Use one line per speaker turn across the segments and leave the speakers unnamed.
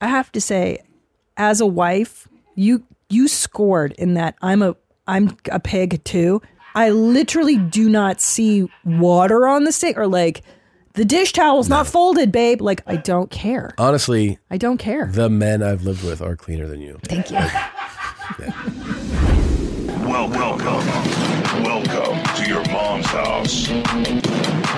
I have to say, as a wife, you you scored in that I'm a I'm a pig too. I literally do not see water on the sink or like the dish towel's not folded, babe. Like I don't care.
Honestly,
I don't care.
the men I've lived with are cleaner than you.
Thank you.
Welcome, welcome, welcome to your mom's house.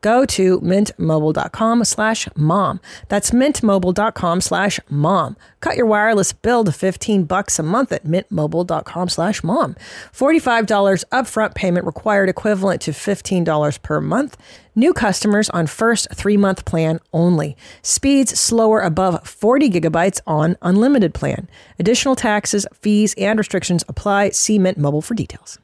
go to mintmobile.com slash mom that's mintmobile.com slash mom cut your wireless bill to 15 bucks a month at mintmobile.com slash mom $45 upfront payment required equivalent to $15 per month new customers on first three-month plan only speeds slower above 40 gigabytes on unlimited plan additional taxes fees and restrictions apply see mint mobile for details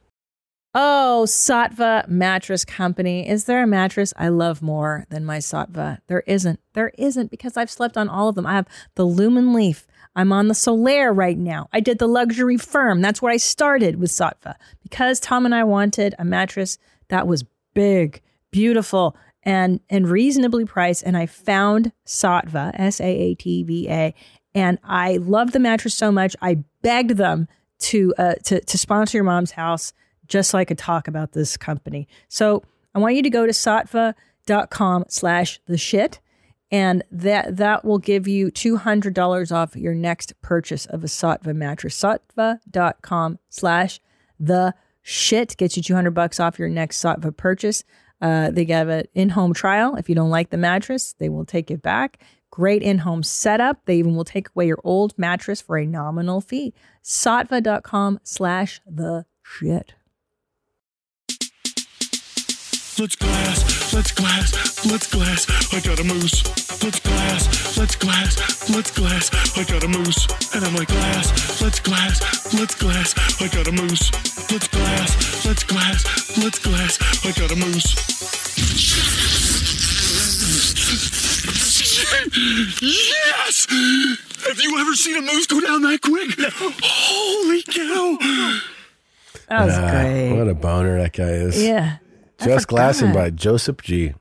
Oh, Satva Mattress Company. Is there a mattress I love more than my Satva? There isn't. There isn't because I've slept on all of them. I have the Lumen Leaf. I'm on the Solaire right now. I did the luxury firm. That's where I started with Satva because Tom and I wanted a mattress that was big, beautiful, and and reasonably priced. And I found Satva, S A A T V A, and I loved the mattress so much. I begged them to uh, to to sponsor your mom's house just so I could talk about this company. So I want you to go to satva.com slash the shit and that that will give you $200 off your next purchase of a Satva mattress. Satva.com slash the shit gets you 200 bucks off your next Satva purchase. Uh, they have an in-home trial. If you don't like the mattress, they will take it back. Great in-home setup. They even will take away your old mattress for a nominal fee. Satva.com slash the shit.
Let's glass, let's glass, let's glass. I got a moose. Let's glass, let's glass, let's glass. I got a moose. And I'm like, glass, let's glass, let's glass. I got a moose. Let's glass, let's glass, let's glass. I got a moose. Yes! Have you ever seen a moose go down that quick? Holy cow!
That was
Ah,
great.
What a boner that guy is.
Yeah. I
Just glassing
forgot.
by Joseph G.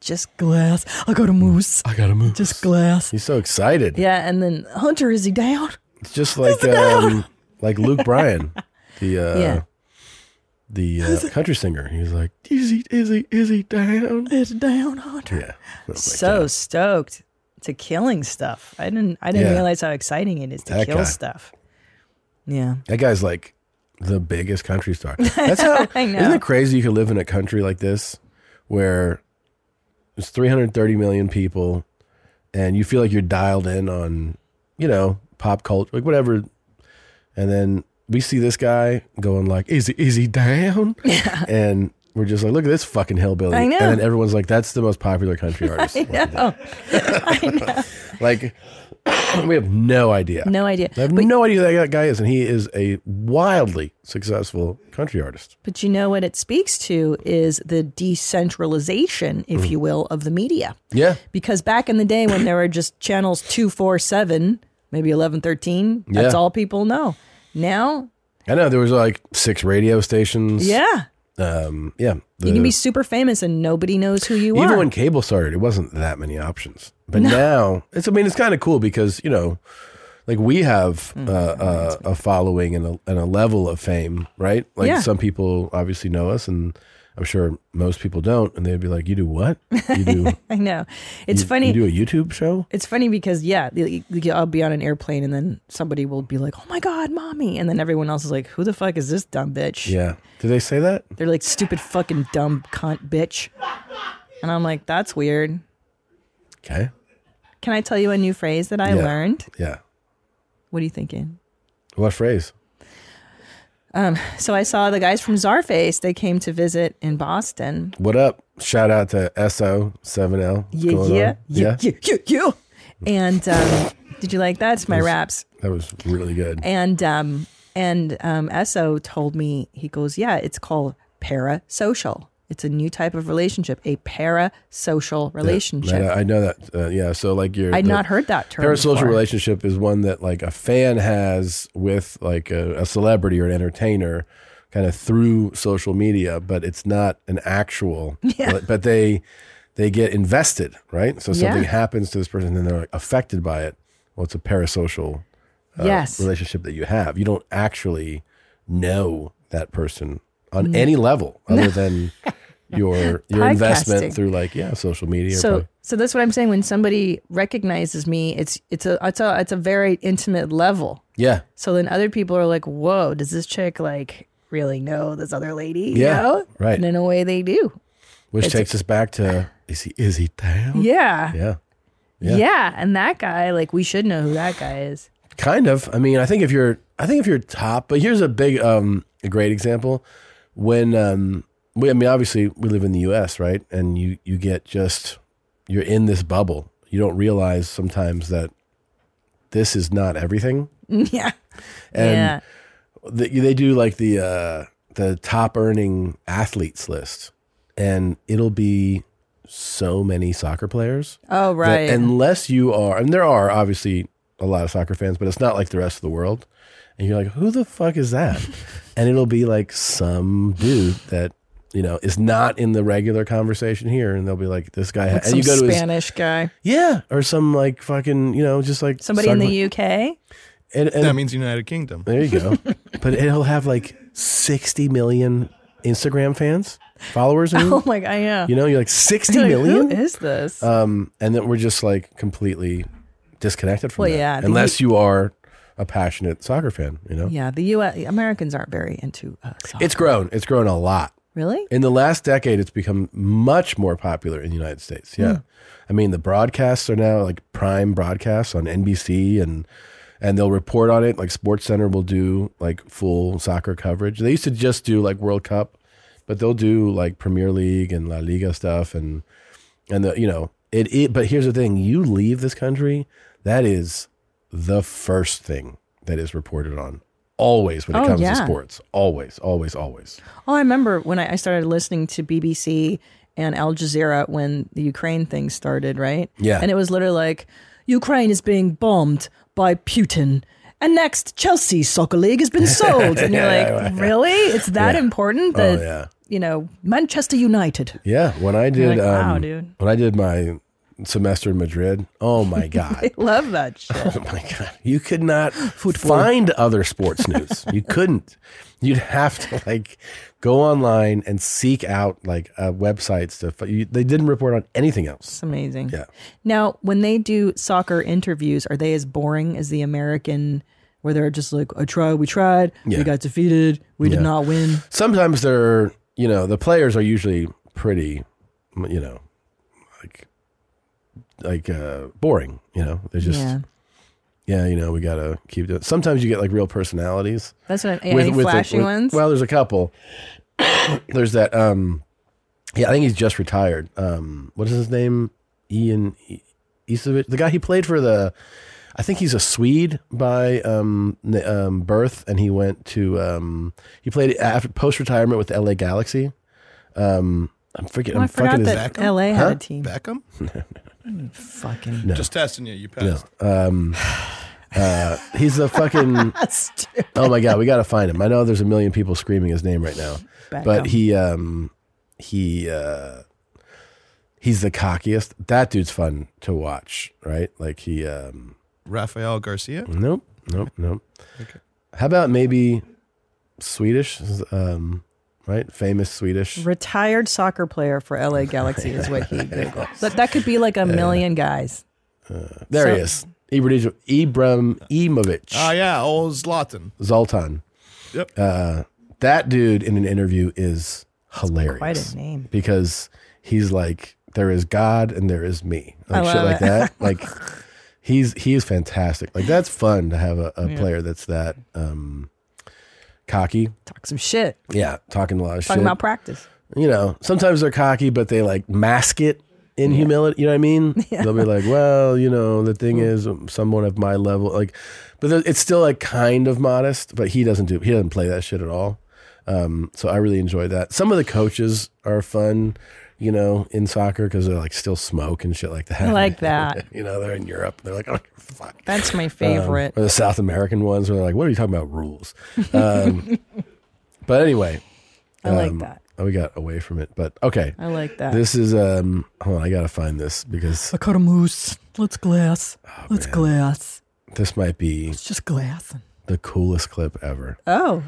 Just glass. I go to Moose.
I got a move.
Just glass.
He's so excited.
Yeah, and then Hunter, is he down?
It's just like um, like Luke Bryan, the uh,
Yeah.
the uh, country singer. He was like, "Is he? Is he? Is he down?"
It's down, Hunter.
Yeah. Oh my
so stoked to killing stuff. I didn't I didn't
Yeah.
realize how exciting it is to
That
kill
guy.
stuff. Yeah.
That guy's like the biggest country star. That's how.
I know.
Isn't it crazy you could live in a country like this where there's 330 million people and you feel like you're dialed in on, you know, pop culture, like whatever. And then we see this guy going like, is he, is he down? And we're just like, look at this fucking hillbilly.
I know.
And then everyone's like, that's the most popular country artist.
Oh,
Like, we have no idea.
no idea.
I have no idea who that guy is, and he is a wildly successful country artist.
But you know what it speaks to is the decentralization, if
Mm-hmm.
you will, of the media.
Yeah,
because back in the day when there were just channels 247 maybe 11 13 that's
Yeah.
all people know now
I know there was like six radio stations.
yeah
um, yeah.
you can
the-
be super famous and nobody knows who you
even
are
when cable started, it wasn't that many options. But now it's. I mean, it's kind of cool because you know, like we have
Mm.
uh, uh, a following and a, and a level of fame, right? Like
Yeah.
some people obviously know us, and I'm sure most people don't, and they'd be like, "You do what? You do?
i know it's
you-
funny
You do a YouTube show?
it's funny because yeah the- the- i'll be on an airplane and then somebody will be like oh my god mommy and then everyone else is like who the fuck is this dumb bitch
Yeah. Do they say that?
they're like stupid fucking dumb cunt bitch And I'm like, that's weird.
Okay.
Can I tell you a new phrase that I
Yeah.
learned?
Yeah.
What are you thinking?
What phrase?
So I saw the guys from Zarface. They came to visit in Boston.
What up? Shout out to SO7L.
Yeah,
Going on.
yeah, yeah,
yeah.
yeah, yeah, yeah. And um, did you like that? It's my raps.
That was really good.
And um, and um, Esso told me he goes, yeah, it's called parasocial. It's a new type of relationship, a parasocial relationship.
Yeah, I know that. Uh, yeah. So like your
I'd
the
not heard that term.
Parasocial
before.
relationship is one that like a fan has with like a, a celebrity or an entertainer, kind of through social media, but it's not an actual.
Yeah.
But, but they they get invested, right? So something
Yeah.
happens to this person, and then they're like, affected by it. Well, it's a parasocial
Yes.
uh, relationship that you have. You don't actually know that person on any level other than your
Mm.
your
Podcasting.
investment through like yeah social media.
So
or,
so that's what I'm saying. When somebody recognizes me, it's it's a it's a it's a very intimate level.
yeah,
So then other people are like, "Whoa, does this chick like really know this other lady?" You
Yeah,
know?
right.
And in a way, they do.
which takes us back to is he is he down?
Yeah.
Mm-hmm. Yeah.
yeah, And that guy, like, we should know who that guy is.
Kind of. I mean, I think if you're I think if you're top, but here's a big um a great example when um we I mean obviously we live in the US, right? And you you get just you're in this bubble. You don't realize sometimes that this is not everything.
yeah,
And
yeah,
the, they do like the uh, the top earning athletes list, and it'll be so many soccer players.
Oh,
that
right.
unless you are, and there are obviously a lot of soccer fans, but it's not like the rest of the world. And you're like, who the fuck is that? and it'll be like some dude that you know is not in the regular conversation here, and they'll be like, this guy.
Like
and
some
you go to his,
Spanish guy,
yeah, or some like fucking you know just like
somebody in
soccer-
the UK.
and- and
That means United Kingdom.
there you go. but it'll have like 60 million Instagram fans, followers. I mean.
Oh my god, yeah.
You know, you're like 60
Like,
million?
Who is this?
Um, and then we're just like completely disconnected from
Well,
that.
yeah, the-
Unless you are a passionate soccer fan, you know?
yeah, the U.S. Americans aren't very into uh, soccer.
It's grown. It's grown a lot.
really
In the last decade, it's become much more popular in the United States. Yeah,
Hmm.
I mean the broadcasts are now like prime broadcasts on NBC, and and they'll report on it. Like Sports Center will do like full soccer coverage. They used to just do like World Cup, but they'll do like Premier League and La Liga stuff, and and the you know it. it but here's the thing: you leave this country, that is the first thing that is reported on. Always when it
Oh,
comes
yeah.
to sports, always, always, always.
Oh, I remember when I I started listening to BBC and Al Jazeera when the Ukraine thing started, right?
Yeah.
And it was literally like, Ukraine is being bombed by Putin. And next, Chelsea Soccer League has been sold. And you're like, really? It's that important that,
Oh, yeah.
you know, Manchester United.
Yeah, when I did,
like, wow,
um,
dude.
when I did my semester in Madrid, oh my god,
Love that shit.
oh my god, you could not find other sports news. you couldn't. You'd have to like go online and seek out like uh, websites to. fi- You, they didn't report on anything else.
It's amazing.
Yeah.
Now, when they do soccer interviews, are they as boring as the American, where they're just like, I tried, we tried, we
Yeah.
got defeated, we did not win?
Sometimes they're, you know, the players are usually pretty, you know, like like uh, boring. You know, they're just.
yeah.
Yeah. you know, we gotta keep doing. Sometimes you get like real personalities,
That's what I'm, any
the-
flashy
with-
ones?
Well, there's a couple. there's that. um Yeah, I think he's just retired. Um What is his name? Ian I- Isovich, the guy he played for the. I think he's a Swede by um, n- um, birth, and he went to um, he played after post retirement with the LA Galaxy. Um, I'm
Well,
freaking.
Oh, I
I'm fucking
forgot
his
that
Beckham?
LA had
Huh?
a team.
Beckham?
Fucking
Just testing you. You passed.
He's a fucking. oh my god, we got to find him. I know there's a million people screaming his name right now,
Beckham.
but he um he uh he's the cockiest. That dude's fun to watch, right? Like he um
Rafael Garcia?
nope nope nope. How about maybe Swedish? Um, right, famous Swedish.
Retired soccer player for LA Galaxy is what he Googles. But that could be like a million guys.
There he
so-
is. Ibram Ibram Imovic
Oh, yeah. Old Zlatan.
Zoltan.
Yep.
Uh, That dude in an interview is hilarious.
Quite a name.
because he's like there is God and there is me. Like shit
love
like
it.
that. Like he's he is fantastic. Like that's fun to have a, a player that's that um cocky.
Talk some shit.
Yeah, talking a lot of
Talking
shit.
about practice.
you know, sometimes they're cocky, but they like mask it in humility. You know what I mean? They'll be like, well, you know, the
Mm.
thing is, um, someone of my level, like, but there- it's still like kind of modest. But he doesn't do, he doesn't play that shit at all. Um, so I really enjoy that. Some of the coaches are fun, you know, in soccer because they're like still smoke and shit like that.
I like that.
you know, they're in Europe. They're like, oh, fuck.
That's my
Um,
favorite.
or the South American ones where they're like, what are you talking about? Rules. Um, but anyway,
I like
um,
that.
oh, we got away from it, but okay.
I like that.
This is um. Hold on, I gotta find this because Oh,
I cut a moose. Let's glass. Let's glass.
this might be
It's just glassing.
the coolest clip ever,
oh,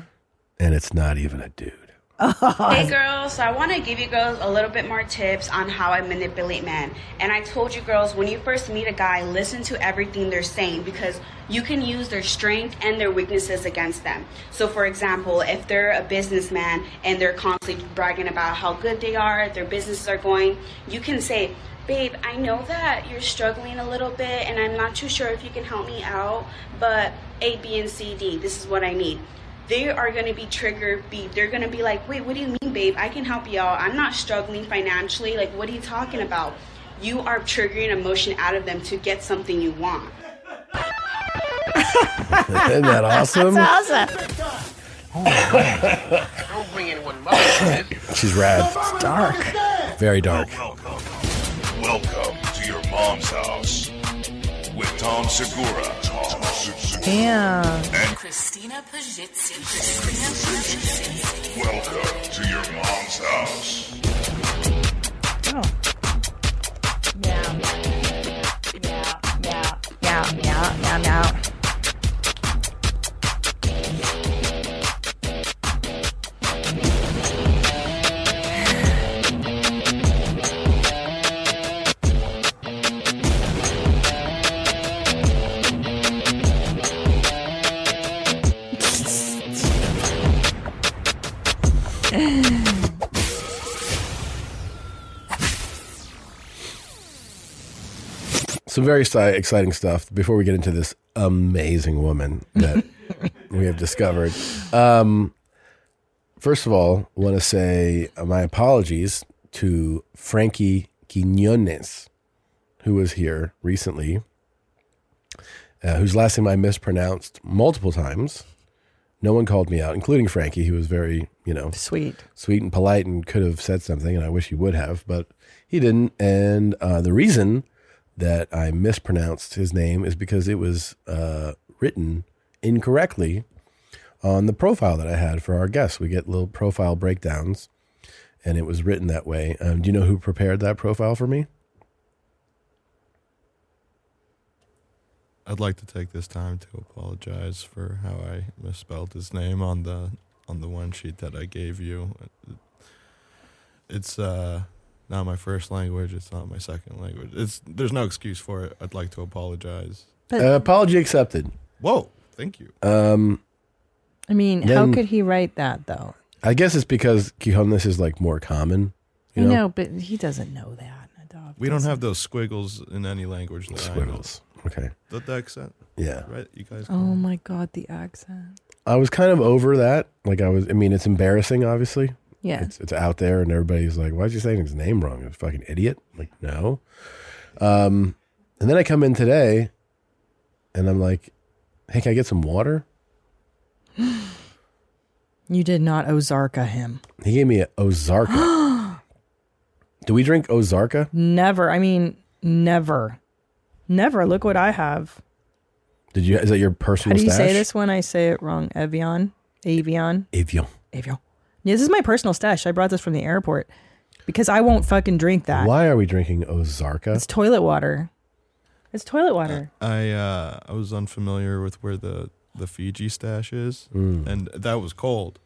and it's not even a dude.
Hey girls, so I want to give you girls a little bit more tips on how I manipulate men. And I told you girls, when you first meet a guy, listen to everything they're saying because you can use their strength and their weaknesses against them. So, for example, if they're a businessman and they're constantly bragging about how good they are, their businesses are going, you can say, Babe, I know that you're struggling a little bit and I'm not too sure if you can help me out, but A, B, and C, D, this is what I need they are going to be triggered be they're going to be like wait what do you mean babe i can help you out i'm not struggling financially like what are you talking about you are triggering emotion out of them to get something you want
Isn't that awesome?
Don't bring anyone mother to this.
She's rad,
dark.
very dark.
Welcome. Welcome to your mom's house with Tom Segura. Tom Segura.
Yeah.
Christina Pajitsi. Christina Pajitsi.
Welcome to your mom's house.
Meow. Meow, meow, meow, meow, meow, meow.
Some very si- exciting stuff. Before we get into this amazing woman that we have discovered, um, first of all, want to say my apologies to Frankie Quinones, who was here recently. uh, whose last name I mispronounced multiple times. No one called me out, including Frankie, who was very, you know,
Sweet.
sweet and polite and could have said something, and I wish he would have, but he didn't. And uh, the reason that I mispronounced his name is because it was uh, written incorrectly on the profile that I had for our guests. We get little profile breakdowns, and it was written that way. Um, do you know who prepared that profile for me?
I'd like to take this time to apologize for how I misspelled his name on the on the one sheet that I gave you. It's uh not my first language, it's not my second language. It's there's no excuse for it. I'd like to apologize.
Uh, apology accepted.
Whoa, thank you.
Uh,
I mean,
Then-
how could he write that though?
I guess it's because Quijones is like more common. You
I
know?
know, but he doesn't know that. Nadav
we don't
doesn't.
have those squiggles in any language that
Squiggles. Okay.
I know. That the accent,
Yeah.
right? You guys
Um,
Oh my god, the accent.
I was kind of over that. Like I was I mean, it's embarrassing, obviously.
Yeah.
It's it's out there and everybody's like, Why'd you say his name wrong? You fucking idiot. Like, no. Um and then I come in today and I'm like, Hey, can I get some water?
You did not Ozarka him.
He gave me a Ozarka. Do we drink Ozarka?
Never. I mean, never. Never. Look what I have.
Did you is that your
How
personal
do you
stash?
say this when I say it wrong? Evian? Avion?
Avion.
Avion. Yeah, this is my personal stash. I brought this from the airport because I won't fucking drink that.
Why are we drinking Ozarka?
It's toilet water. It's toilet water.
I uh, I was unfamiliar with where the the Fiji stash is,
Mm.
and that was cold.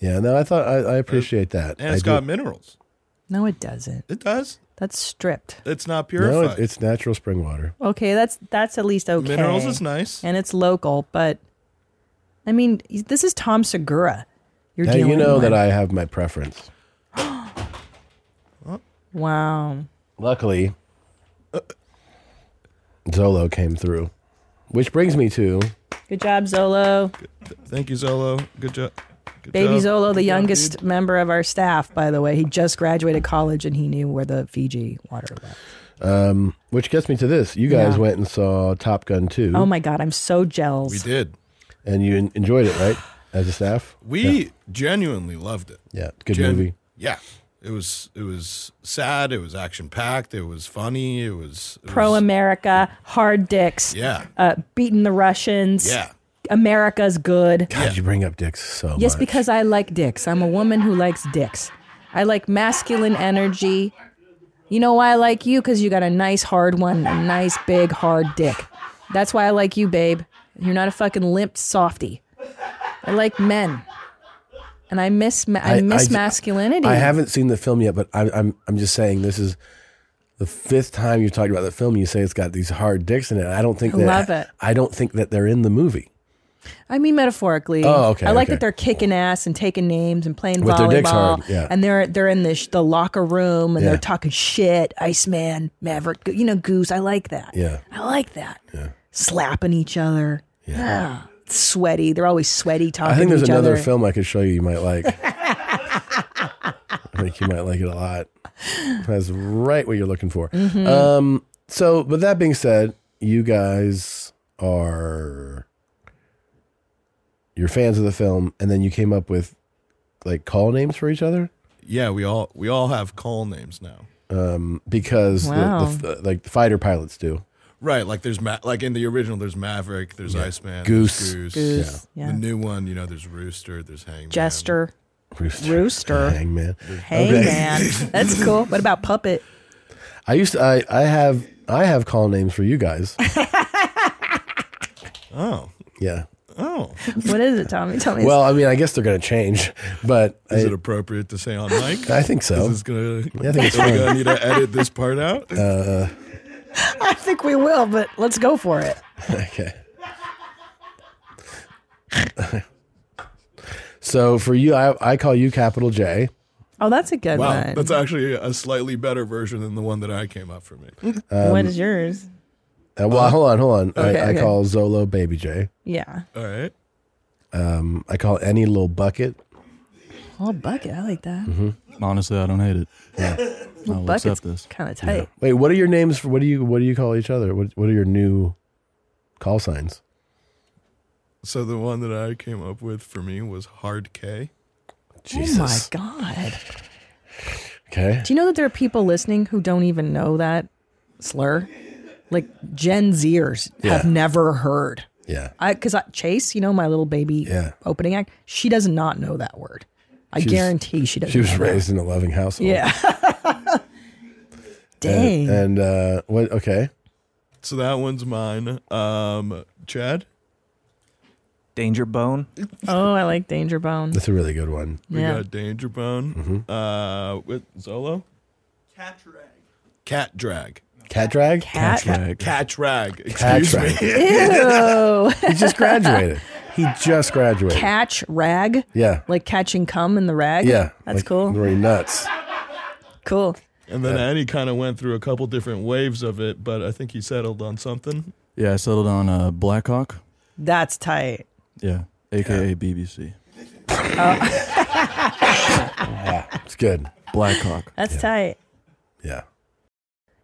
yeah, no, I thought I, I appreciate that.
And
I
it's
do-
got minerals.
No, it doesn't.
It does.
That's stripped.
It's
no,
not purified.
it- it's natural spring water.
Okay, that's that's at least okay.
Minerals is nice.
and it's local, but I mean, this is Tom Segura. You're
Now
dealing
you know
with.
that I have my preference.
Wow.
Luckily, Zolo came through, which brings me to
Good job, Zolo.
Thank you, Zolo. Good job. Good
Baby
job.
Zolo, the
Good job,
youngest
dude.
member of our staff, by the way. He just graduated college and he knew where the Fiji water was.
um, which gets me to this. You guys
Yeah.
went and saw Top Gun 2
Oh my God, I'm so
We
jealous.
did.
and you en- enjoyed it, right? As a staff?
We genuinely loved it.
Yeah, good
Gen-
movie.
Yeah. It was it was sad, it was action packed, it was funny, it was it
Pro
was-
America, hard dicks,
Yeah.
uh, beating the Russians.
Yeah.
America's good.
God, you bring up dicks so much.
Yes, because I like dicks. I'm a woman who likes dicks. I like masculine energy. You know why I like you? Because you got a nice hard one, a nice big hard dick. That's why I like you, babe. You're not a fucking limp softy. I like men, and I miss ma- I,
I-
miss
I-
masculinity.
I haven't seen the film yet, but I, I'm I'm just saying this is the fifth time you've talked about the film. You say it's got these hard dicks in it. I don't think
I
that
love it.
I don't think that they're in the movie
I mean metaphorically.
Oh, okay,
I like
okay.
that they're kicking ass and taking names and playing
With
volleyball.
their dicks hard, yeah.
And they're they're in the sh- the locker room and
Yeah.
they're talking shit. Iceman, Maverick, you know Goose. I like that.
Yeah.
I like that. Yeah. Slapping each other. Yeah. Sweaty. They're always sweaty talking.
I think
to
there's
each
another
other.
film I could show you you might like. I think you might like it a lot. That's right what you're looking for.
Mm-hmm.
Um, so, with that being said, you guys are you're fans of the film, and then you came up with like call names for each other
Yeah, we all we all have call names now.
because the-
Wow.
the, f- like the fighter pilots do.
Right, like there's Ma- like in the original there's Maverick, there's Iceman,
Goose.
there's Goose.
Goose, Yeah. yeah.
The new one, you know, there's Rooster, there's Hangman.
Jester.
Rooster,
Rooster.
Hangman.
Hey man, that's cool. What about puppet?
I used to. I, I have. I have call names for you guys.
Oh.
Yeah.
Oh.
What is it, Tommy? Tell me.
Well, I mean, I guess they're going to change, but
Is
I,
it appropriate to say on mic?
I think so.
This is Oh gonna
I think it's
Are we
fine.
gonna need to edit this part out?
Uh,
I think we will, but let's go for it.
Okay. so for you, I, I call you Capital J.
Oh, that's a good
wow.
one.
That's actually a slightly better version than the one that I came up for me.
Um,
what is yours?
Uh, well,
Uh-huh.
hold on, hold on.
okay,
I, I
okay.
call Zolo Baby J.
Yeah.
All right.
I call any little bucket.
Oh, bucket. I like that.
Mm-hmm.
Honestly, I don't hate it. I'll
Bucket's
accept this.
kind of tight.
Wait, what are your names? For, what do you What do you call each other? What What are your new call signs?
So the one that I came up with for me was Hard K.
Jesus.
Oh my god.
Okay.
Do you know that there are people listening who don't even know that slur? Like Gen Zers have
Yeah.
never heard.
Yeah.
I because I, Chase, you know my little baby
Yeah.
opening act, she does not know that word. I
She's-
guarantee she doesn't.
She was
know that.
raised in a loving household.
Yeah. Dang.
And, and uh, what? Okay.
So that one's mine. Um Chad?
Danger Bone.
oh, I like Danger Bone.
That's a really good one.
We
Yeah.
got Danger Bone. Uh with Zolo? Cat drag.
Cat drag.
Cat.
Drag.
Cat drag.
Cat
Excuse me.
drag. he just graduated. He just graduated.
Catch rag.
Yeah.
Like catching cum in the rag.
Yeah.
That's
like,
cool.
Really nuts.
Cool.
And then Annie kind of went through a couple different waves of it, but I think he settled on something.
Yeah, I settled on uh, Blackhawk.
That's tight.
Yeah, aka BBC.
It's good.
Blackhawk.
That's tight.
Yeah.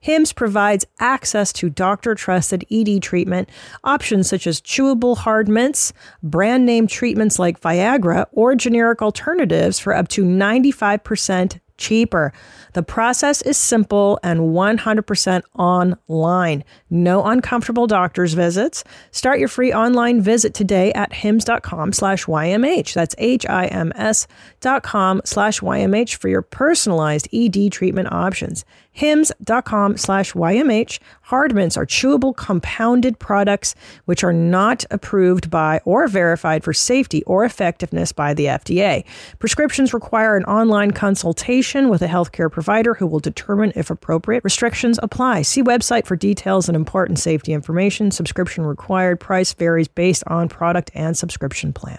HIMS provides access to doctor trusted ED treatment, options such as chewable hard mints, brand name treatments like Viagra, or generic alternatives for up to 95% cheaper. The process is simple and 100% online. No uncomfortable doctor's visits. Start your free online visit today at hims.com slash YMH. That's H-I-M-S dot com slash YMH for your personalized ED E treatment options. hymns.com slash YMH. Hardmints are chewable compounded products which are not approved by or verified for safety or effectiveness by the FDA. Prescriptions require an online consultation with a healthcare provider who will determine if appropriate. Restrictions apply. See website for details and important safety information. Subscription required. Price varies based on product and subscription plan.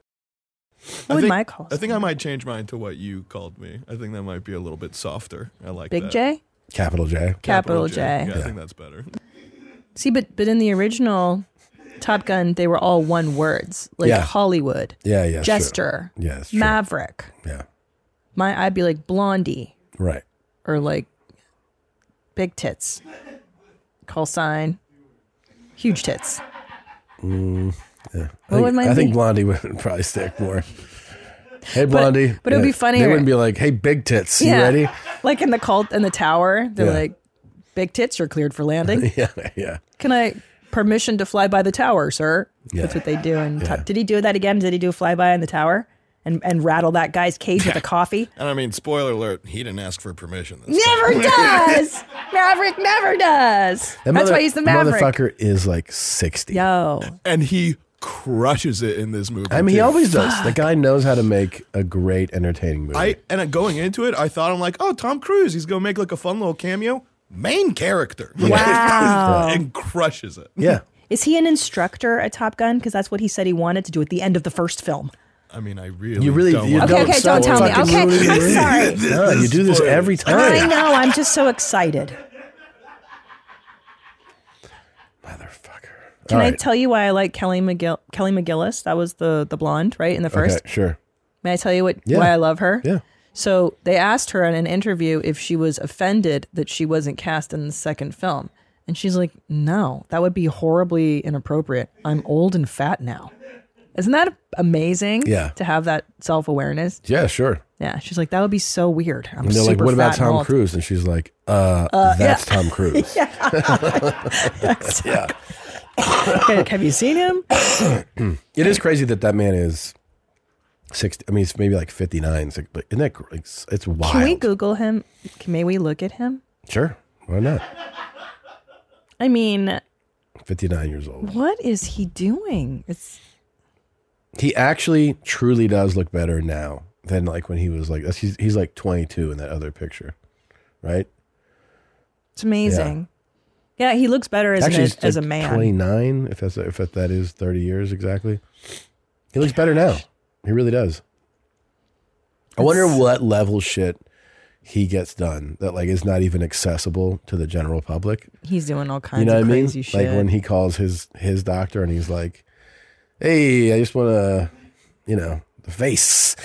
What
I
would
think,
Mike call
I think I might change mine to what you called me. I think that might be a little bit softer. I like
Big
that.
J?
Capital J.
Capital J.
Yeah, I think that's better.
See, but but in the original Top Gun, they were all one words like
Yeah.
Hollywood,
Yeah, yeah. it's true.
Jester,
Yeah, it's true.
Maverick.
Yeah.
My I'd be like Blondie
Right.
or like Big Tits, call sign, huge tits.
Mm, Yeah.
What
I think,
would mine
I think
be?
Blondie would probably stick more. Hey Blondie.
but it would be funnier-
They wouldn't be like, "Hey, big tits,
Yeah.
you ready?"
Like in the cult in the tower, they're
Yeah.
like, "Big tits, you're cleared for landing.
Yeah, yeah.
Can I permission to fly by the tower, sir?"
Yeah.
That's what they do. And did he do that again? Did he do a flyby in the tower and and rattle that guy's cage with a coffee?
And I mean, spoiler alert, he didn't ask for permission. This time.
Never does. Maverick never does.
That
That's
mother-
why he's the Maverick.
Motherfucker is like sixty.
Yo,
And he crushes it in this movie.
I mean, he
too.
always does. The guy knows how to make a great, entertaining movie.
I and uh, going into it, I thought I'm like, oh, Tom Cruise, he's gonna make like a fun little cameo. Main character,
Wow.
and crushes it.
yeah,
is he an instructor at Top Gun? Because that's what he said he wanted to do at the end of the first film.
I mean, I really,
you really.
don't
you
want
Okay,
don't
okay,
stop
don't tell me.
fucking
Okay,
ruining the
I'm
movie.
sorry.
No, you do this every
I
time.
know. I'm just so excited.
Motherfucker.
Can
All
I
right.
tell you why I like Kelly McGill- Kelly McGillis? That was the the blonde, right? In the first.
Okay, sure.
May I tell you what
Yeah.
why I love her?
Yeah.
So they asked her in an interview if she was offended that she wasn't cast in the second film. And she's like, no, that would be horribly inappropriate. I'm old and fat now. Isn't that amazing?
Yeah.
To have that self awareness.
Yeah, sure.
Yeah. She's like, that would be so weird. I'm
And they're
super
like, "What about
fat and
Tom
old."
Cruise?" And she's like, "Uh, that's Tom Cruise." yeah.
Okay, Have you seen him?
It is crazy that that man is sixty. I mean, it's maybe like fifty nine. Like, but isn't that cr- it's, it's wild?
Can we Google him? Can- May we look at him?
Sure, why not?
I mean,
Fifty nine years old.
what is he doing? It's
He actually truly does look better now than like when he was like that's- he's he's like twenty two in that other picture, right?
it's amazing. Yeah, he looks better as, an, as a man.
twenty nine. If that's if that is thirty years exactly, he looks better now. He really does. I wonder what level shit he gets done that like is not even accessible to the general public.
He's doing all kinds
You know what I
of
mean?
crazy shit.
Like when he calls his his doctor and he's like, "Hey, I just want to, you know, the face,"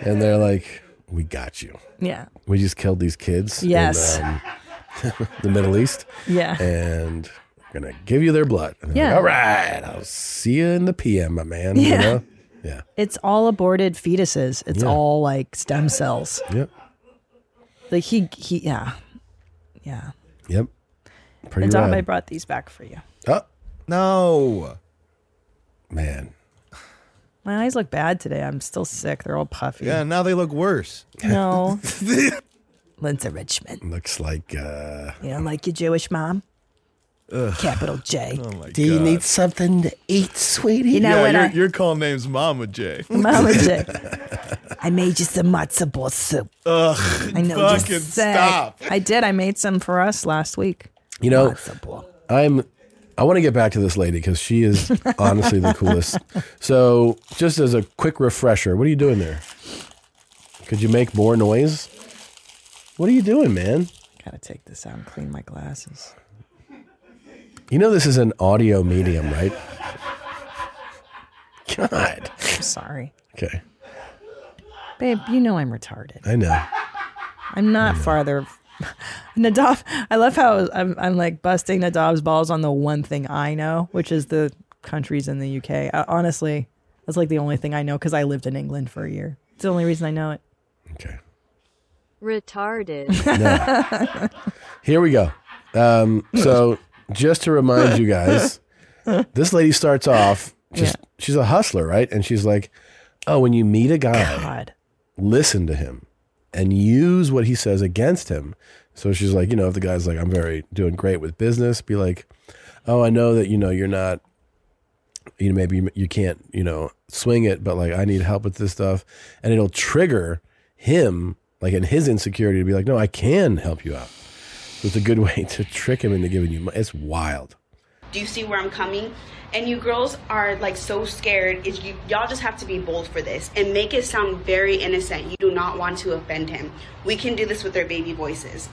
and they're like, "We got you.
yeah.
We just killed these kids
Yes.
in um, the Middle East."
Yeah.
and we're gonna give you their blood. And they're
Yeah.
like, All right. I'll see you in the PM, my man. You
Yeah.
know? Yeah.
it's all aborted fetuses. It's
Yeah.
all like stem cells.
Yep.
Like he he yeah. Yeah.
Yep. Pretty
And Dom, I
rad.
brought these back for you.
oh
No,
man.
My eyes look bad today. I'm still sick. They're all puffy.
yeah, now they look worse.
No. Linda Richmond.
Looks like uh
You don't like your Jewish mom? Capital J.
Oh my
Do you
God.
need something to eat, sweetie?
You know
Yeah,
what
you're,
I
you're calling names Mama J.
Mama J. I made you some matzo ball soup.
Ugh,
I know
fucking
you're sick.
stop. Oh.
I did. I made some for us last week.
You know,
Matzo ball.
I'm I want to get back to this lady because she is honestly the coolest. So, just as a quick refresher, what are you doing there? Could you make more noise? What are you doing, man?
Gotta take this out and clean my glasses.
You know this is an audio medium, right? God.
I'm sorry.
Okay.
Babe, you know I'm retarded.
I know.
I'm not farther. Nadav, I love how I'm, I'm like busting Nadav's balls on the one thing I know, which is the countries in the UK. I, honestly, that's like the only thing I know because I lived in England for a year. It's the only reason I know it.
Okay.
Retarded.
Here we go. Um, so, just to remind you guys, this lady starts off just she's a hustler, right? And she's like, "Oh, when you meet a guy,
God.
listen to him and use what he says against him." So she's like, you know, if the guy's like, "I'm very doing great with business," be like, "Oh, I know that you know you're not." You know, maybe you- you can't, you know, swing it, but like I need help with this stuff, and it'll trigger him, like in his insecurity, to be like, "No, I can help you out." So it's a good way to trick him into giving you money. It's wild.
Do you see where I'm coming? And you girls are like so scared. It's, you, y'all just have to be bold for this and make it sound very innocent. You do not want to offend him. We can do this with our baby voices.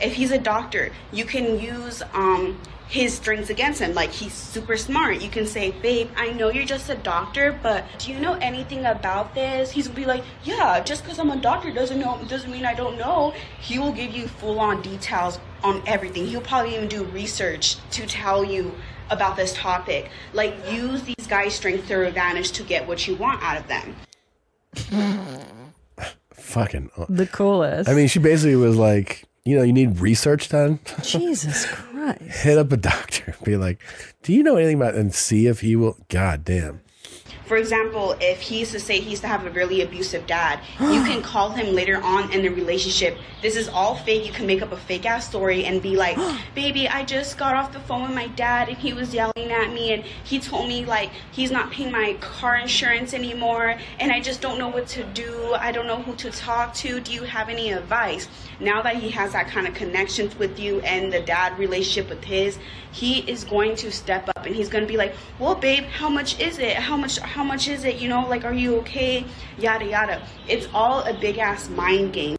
If he's a doctor, you can use um, his strengths against him. Like he's super smart. You can say, "Babe, I know you're just a doctor, but do you know anything about this?" He's gonna be like, "Yeah, just because I'm a doctor doesn't know doesn't mean I don't know." He will give you full on details on everything. He'll probably even do research to tell you about this topic. Like, use these guys' strengths to your advantage to get what you want out of them.
Fucking.
The coolest.
I mean, she basically was like, you know, you need research done.
Jesus Christ.
Hit up a doctor. Be like, do you know anything about? And see if he will. God damn.
For example, if he used to say he used to have a really abusive dad, you can call him later on in the relationship. This is all fake. You can make up a fake ass story and be like, baby, I just got off the phone with my dad and he was yelling at me and he told me like he's not paying my car insurance anymore and I just don't know what to do. I don't know who to talk to. Do you have any advice? Now that he has that kind of connection with you and the dad relationship with his, he is going to step up and he's going to be like, "Well, babe, how much is it? How much how much is it? You know, like are you okay? Yada yada." It's all a big ass mind game.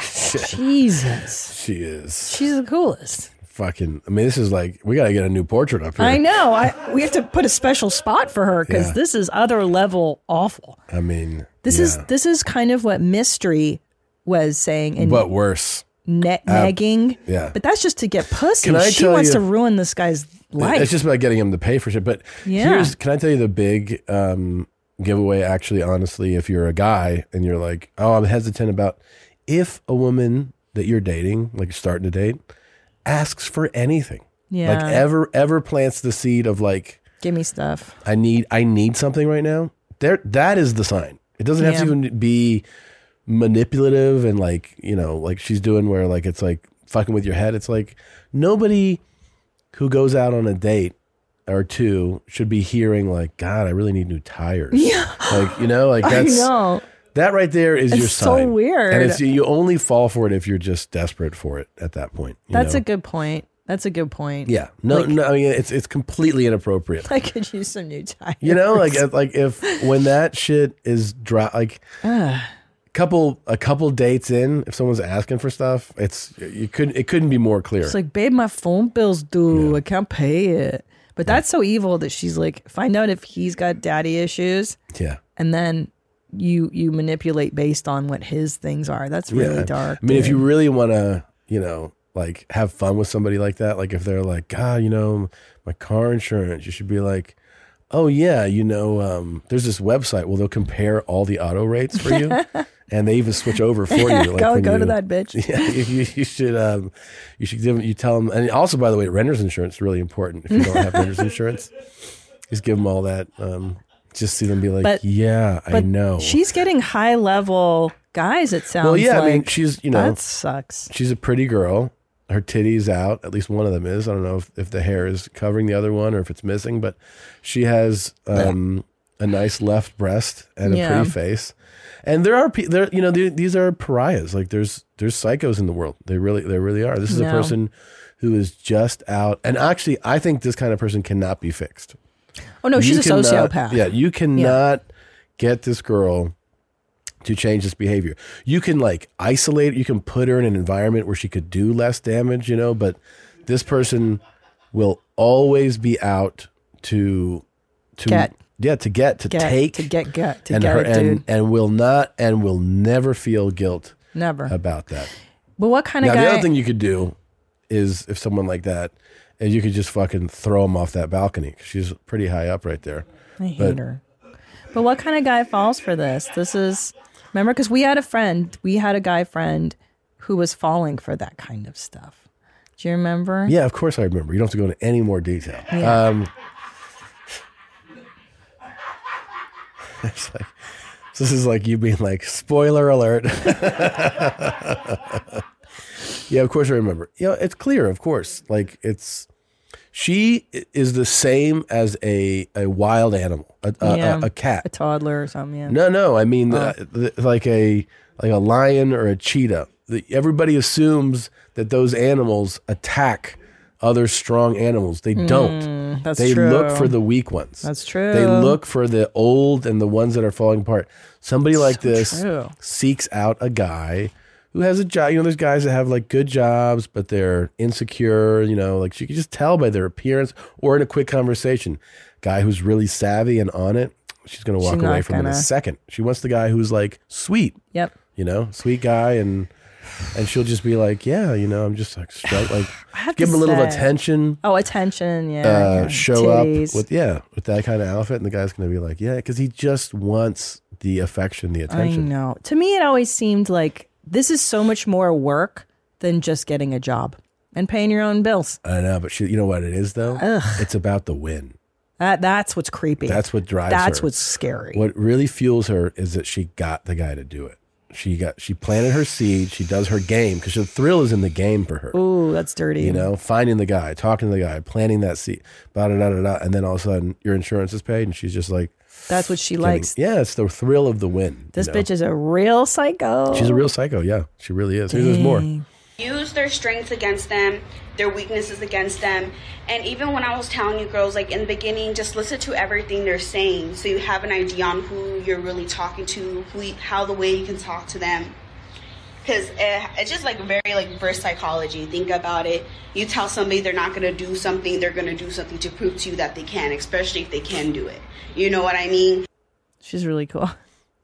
Jesus.
She is
She's the coolest.
fucking. I mean, this is like we gotta get a new portrait up here.
I know. I we have to put a special spot for her because
Yeah.
this is other level awful.
I mean,
This is
yeah.
this is kind of what mystery was saying and
but worse.
ne- negging.
yeah.
But that's just to get pussy.
Can I
She
tell
wants
you-
to ruin this guy's life.
It's just about getting him to pay for shit. But
Yeah.
here's can I tell you the big um, giveaway? Actually, honestly, if you're a guy and you're like, oh, I'm hesitant about if a woman that you're dating, like starting to date, asks for anything,
Yeah.
like ever ever plants the seed of like,
Give me stuff.
I need I need something right now. There, that is the sign. It doesn't have
Yeah.
to even be manipulative and like you know, like she's doing where like it's like fucking with your head. It's like nobody who goes out on a date or two should be hearing like, God, I really need new tires. Yeah, like you know, like that's
I know.
that right there is
It's
your
so
sign.
weird.
and it's you only fall for it if you're just desperate for it at that point. you
That's
know?
a good point. That's a good point.
yeah. No,
Like-
no, I mean it's it's completely inappropriate.
I could use some new tires.
You know, like if- like if when that shit is dry, like couple a couple dates in, if someone's asking for stuff, it's you couldn't it couldn't be more clear.
It's like, babe, my phone bill's due. I can't pay it. But that's so evil that she's like, find out if he's got daddy issues,
yeah,
and then you you manipulate based on what his things are. That's really
yeah.
dark.
I mean, if
dude.
you really want to, you know, like have fun with somebody like that, like if they're like, God, you know, my car insurance, you should be like. Oh yeah, you know, um, there's this website. Well, they'll compare all the auto rates for you, and they even switch over for you. Like
go
when
go
you-
to that bitch.
Yeah, if you, you should um, you should give them, you tell them, and also by the way, renter's insurance is really important. If you don't have renter's insurance, just give them all that. Um, just see them be like,
But-
yeah, I
but
know.
She's getting high level guys. It sounds.
well, yeah,
like.
I mean, she's you know,
that sucks.
she's a pretty girl. Her titties out. At least one of them is. I don't know if, if the hair is covering the other one or if it's missing, but she has um, a nice left breast and
Yeah.
a pretty face. And there are pe- there you know the- these are pariahs. Like there's there's psychos in the world. They really they really are. This is
No.
a person who is just out. And actually, I think this kind of person cannot be fixed.
Oh, no, she's a
cannot-
sociopath.
uh, Yeah, you cannot get this girl to change this behavior. You can like isolate. You can put her in an environment where she could do less damage. You know, but this person will always be out to to
Get.
yeah to get to
Get-
take
to get get to
and
get
her
it,
and
dude.
and will not and will never feel guilt
Never.
about that.
But what kind of
uh, now
guy?
the other thing you could do is if someone like that, is you could just fucking throw him off that balcony. 'cause She's pretty high up right there.
I hate
But-
her. But what kind of guy falls for this? This is remember because we had a friend, we had a guy friend who was falling for that kind of stuff. Do you remember?
Yeah, of course I remember. You don't have to go into any more detail.
Yeah.
Um, it's like this is like you being like spoiler alert. yeah, of course I remember. Yeah, it's clear, of course. Like it's she i- is the same as a a wild animal, a, a,
Yeah.
a, a cat.
a toddler or something. Yeah. Uh.
No, no. I mean, the, the, like a like a lion or a cheetah. The, everybody assumes that those animals attack other strong animals. They don't.
Mm, that's
they
true.
look for the weak ones.
That's true.
They look for the old and the ones that are falling apart. Somebody like this
true.
seeks out a guy who has a job. You know, there's guys that have like good jobs, but they're insecure. You know, like you can just tell by their appearance or in a quick conversation. Guy who's really savvy and on it, she's gonna
She's
walk
not
away from it in
gonna-
a second. She wants the guy who's like sweet.
Yep.
You know, sweet guy and. And she'll just be like, "Yeah, you know, I'm just like, strugg- like
have
give
to
him a little
say-
attention,
Oh, attention. Yeah.
uh,
yeah.
show
Titties.
up with yeah with that kind of outfit, and the guy's gonna be like, yeah, because he just wants the affection, the attention.
I know. To me, it always seemed like this is so much more work than just getting a job and paying your own bills.
I know, but she, you know what it is though?
Ugh.
It's about the win.
That that's what's creepy.
That's what drives.
That's
her.
what's scary.
What really fuels her is that she got the guy to do it. She got she planted her seed. She does her game because the thrill is in the game for her.
Ooh, that's dirty.
You know, finding the guy, talking to the guy, planting that seed, da da da da, da, and then all of a sudden your insurance is paid, and she's just like,
That's what she
getting-
likes.
Yeah, it's the thrill of the win.
This
you know?
bitch is a real psycho.
She's a real psycho. Yeah, she really is. Here's There's more.
use their strengths against them, their weaknesses against them. And even when I was telling you girls, like in the beginning, just listen to everything they're saying so you have an idea on who you're really talking to, who you, how the way you can talk to them. Because it's just like very like reverse psychology. Think about it. You tell somebody they're not going to do something, they're going to do something to prove to you that they can, especially if they can do it. You know what I mean?
She's really cool.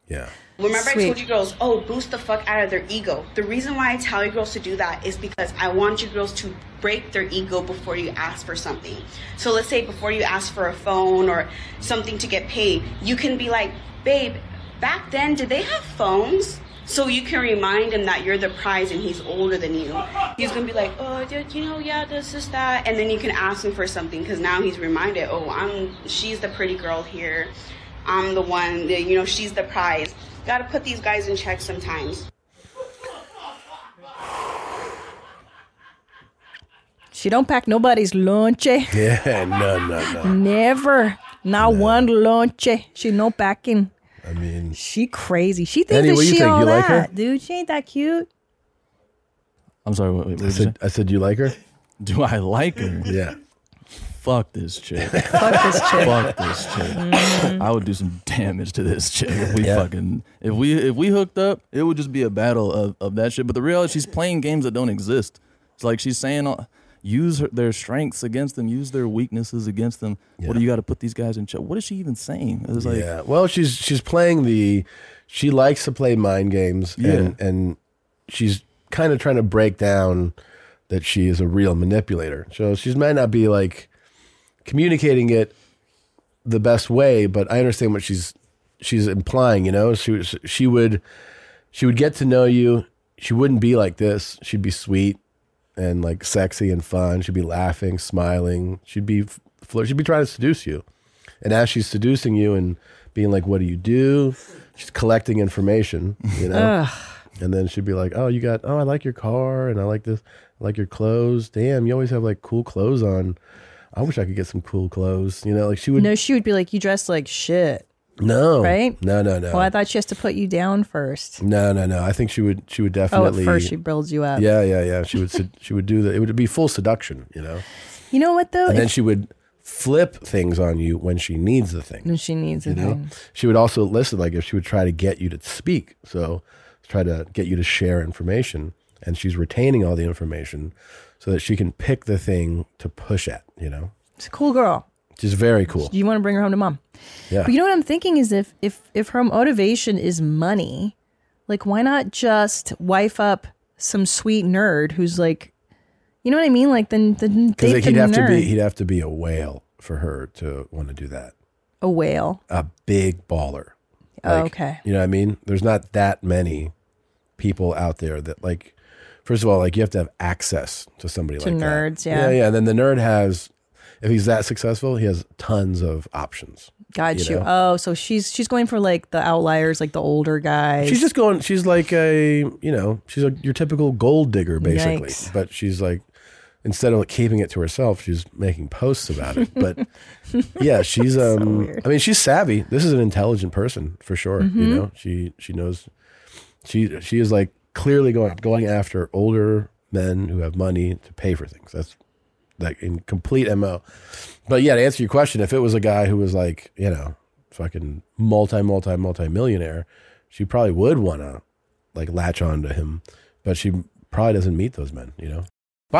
Yeah.
Remember, I told
Sweet.
you girls, oh, boost the fuck out of their ego. The reason why I tell you girls to do that is because I want you girls to break their ego before you ask for something. So let's say before you ask for a phone or something to get paid, you can be like, babe, back then, did they have phones? So you can remind him that you're the prize and he's older than you. He's gonna be like, oh, dude, you know, yeah, this is that, and then you can ask him for something because now he's reminded, oh, I'm, she's the pretty girl here. I'm the one, that, you know, she's the prize. Gotta put these guys in check sometimes.
She don't pack nobody's lunch.
Yeah, no, no, no.
Never. Not one lunch. She no packing.
I mean,
she crazy. She thinks
Annie,
that
what do you
she
think?
all
You
that,
like her?
dude. She ain't that cute.
I'm sorry. What, what
I said, I said, you like her?
Do I like her?
Yeah.
Fuck this chick.
Fuck this chick. Mm-hmm.
Fuck this chick. I would do some damage to this chick if we
Yeah.
fucking if we if we hooked up, it would just be a battle of, of that shit. But the reality, she's playing games that don't exist. It's like she's saying, all- use her, their strengths against them, use their weaknesses against them. What do you got to put these guys in check? What is she even saying? It's like
yeah. Well, she's she's playing the. She likes to play mind games, and and she's kind of trying to break down that she is a real manipulator. So she's might not be like communicating it the best way, but I understand what she's she's implying. You know, she was- she would she would get to know you. She wouldn't be like this. She'd be sweet and like sexy and fun. She'd be laughing, smiling. She'd be flirt. She'd be trying to seduce you. And as she's seducing you and being like, "What do you do?" She's collecting information. You know.
Ugh.
And then she'd be like, "Oh, you got. Oh, I like your car, and I like this. I like your clothes. Damn, you always have like cool clothes on. I wish I could get some cool clothes. You know, like she would.
no, she would be like, you dress like shit.
No.
Right?
No, no, no.
Well, I thought she has to put you down first.
No, no, no. I think she would. She would definitely.
Oh, at first she builds you up.
Yeah, yeah, yeah. She would. sed- she would do that. It would be full seduction, you know.
You know what though?
And then
If-
she would flip things on you when she needs the thing.
when she needs
You
it.
know. She would also listen. Like if she would try to get you to speak, so try to get you to share information, and she's retaining all the information so that she can pick the thing to push at. You know,
It's a cool girl.
she's very cool.
You want to bring her home to mom.
Yeah.
But you know what I'm thinking is if if if her motivation is money, like why not just wife up some sweet nerd who's like, you know what I mean? Like then then
Because
date
like,
the
he'd have
nerd.
to be he'd have to be a whale for her to want to do that.
a whale.
A big baller.
Oh,
Like,
okay.
You know what I mean? There's not that many people out there that like first of all, like you have to have access to somebody
To
like that.
nerds, yeah.
Yeah, yeah. And then the nerd has if he's that successful, he has tons of options.
Got you.
you know?
Oh, so she's she's going for like the outliers, like the older guys.
She's just going she's like a you know, she's a, your typical gold digger basically.
Yikes.
But she's like instead of like, keeping it to herself, she's making posts about it. But yeah, she's um. I mean, she's savvy. This is an intelligent person for sure.
Mhm.
You know, she she knows. She she is like clearly going going after older men who have money to pay for things. That's like in complete mo. But yeah, to answer your question, if it was a guy who was like you know fucking multi multi multi millionaire, she probably would want to like latch on to him. But she probably doesn't meet those men. You know.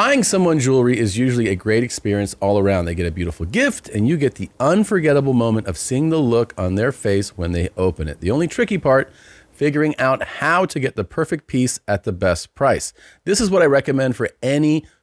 Buying someone jewelry is usually a great experience all around. They get a beautiful gift, and you get the unforgettable moment of seeing the look on their face when they open it. The only tricky part, figuring out how to get the perfect piece at the best price. This is what I recommend for any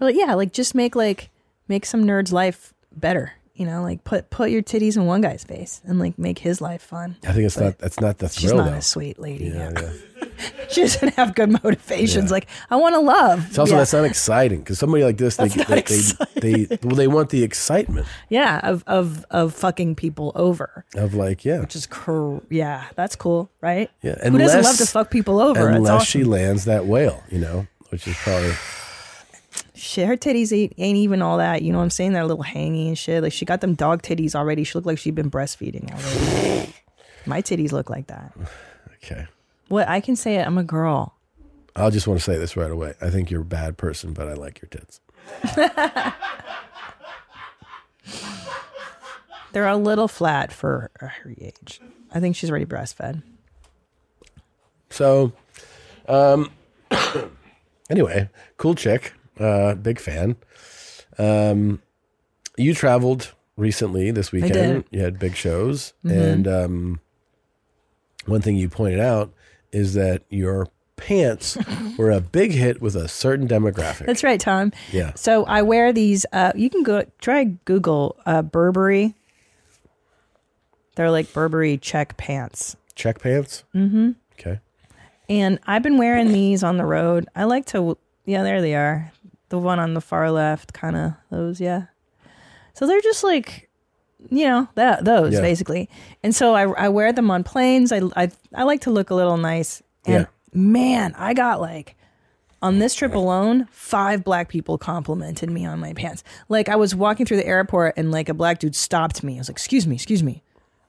Or, like, yeah, like just make like make some nerd's life better. You know, like put put your titties in one guy's face and like make his life fun.
I think it's
But
not that's not the
she's
thrill
not
though.
a sweet lady.
Yeah, yeah.
she doesn't have good motivations. Like I want to love.
It's also
yeah.
that's not exciting because somebody like this, they,
That's not
they, they, they well, they want the excitement
yeah of of of fucking people over.
of like, yeah,
Which is cr- yeah, that's cool, right?
yeah.
Who doesn't love to fuck people over? That's
Unless
awesome.
she lands that whale, you know, which is probably
shit, her titties ain't, ain't even all that. You know what I'm saying? They're a little hangy and shit. Like she got them dog titties already. She looked like she'd been breastfeeding already. My titties look like that.
okay.
What I can say it. I'm a girl.
I'll just want to say this right away. I think you're a bad person, but I like your tits.
They're a little flat for her age. I think she's already breastfed.
So, um, anyway, cool chick, uh, big fan. Um, you traveled recently this
did.
weekend. You had big shows,
Mm-hmm.
Mhm.
and um, one thing you pointed out is that your pants were a big hit with a certain demographic.
That's right, Tom.
Yeah.
So I wear these. Uh, you can go try Google uh, Burberry. They're like Burberry check pants.
Check pants.
Mm-hmm.
Okay.
And I've been wearing these on the road. I like to, yeah, there they are. The one on the far left, kind of those, yeah. So they're just like, you know, that those
Yeah.
basically. And so I, I wear them on planes. I, I I like to look a little nice. And man, I got like On this trip alone, five black people complimented me on my pants. Like I was walking through the airport and like a black dude stopped me. I was like, "Excuse me, excuse me.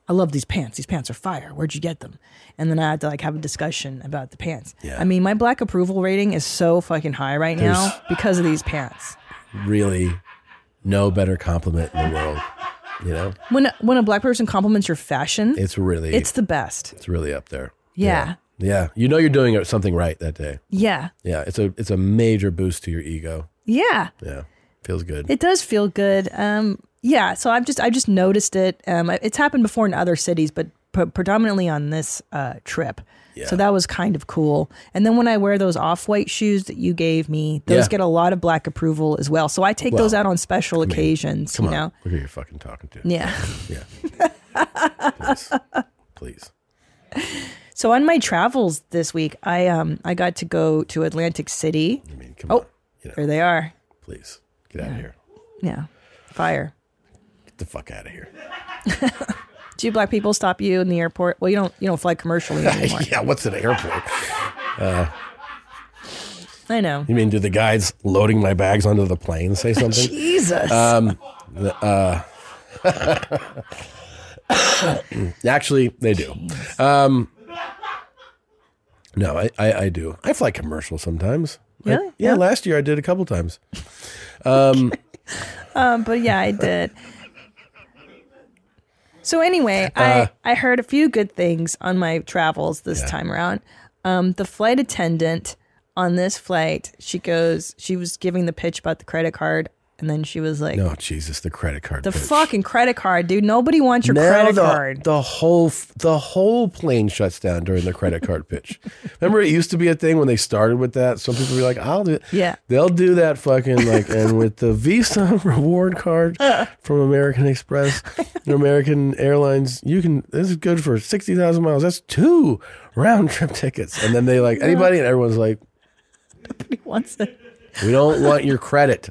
I love these pants. These pants are fire. Where'd you get them?" And then I had to like have a discussion about the pants.
Yeah.
I mean, my black approval rating is so fucking high right now
There's-
because of these pants.
Really, no better compliment in the world. You know,
When when a black person compliments your fashion,
it's really
it's the best.
it's really up there.
Yeah.
Yeah, you know you're doing something right that day.
Yeah.
Yeah, it's a it's a major boost to your ego.
Yeah.
Yeah, feels good.
It does feel good. Um, yeah. So I've just I've just noticed it. Um, it's happened before in other cities, but pre- predominantly on this uh, trip. So that was kind of cool. And then when I wear those off-white shoes that you gave me, those
Yeah.
get a lot of black approval as well. So I take those
Well,
out on special
I mean,
occasions.
Come
you
on,
know.
look who you're fucking talking to.
Yeah.
yeah. Please.
So on my travels this week, I um I got to go to Atlantic City. I mean,
come
oh,
on,
there they are.
Please get out of here.
Yeah, fire.
Get the fuck out of here.
Do black people stop you in the airport? Well, you don't you don't fly commercially anymore.
yeah, what's an airport? Uh,
I know.
you mean do the guys loading my bags onto the plane say something?
Jesus.
Um, the- uh, actually, they do. Um, no, I, I, I do. I fly commercial sometimes. I-
Really?
yeah, last year I did a couple times. Um,
Um, but yeah, I did. So anyway,
Uh,
I, I heard a few good things on my travels this time around. Um, the flight attendant on this flight, she goes, she was giving the pitch about the credit card, and then she was like,
no, Oh, Jesus, the credit card.
"The
bill.
fucking credit card, dude! Nobody wants your
Now
credit
the,
card."
The whole f- the whole plane shuts down during the credit card pitch. Remember, it used to be a thing when they started with that. Some people were like, "I'll do it."
Yeah.
they'll do that fucking like, and with the Visa reward card
Uh.
from American Express or American Airlines, you can. This is good for sixty thousand miles. That's two round trip tickets, and then they like anybody, and everyone's like,
Nobody wants it.
"We don't want your credit."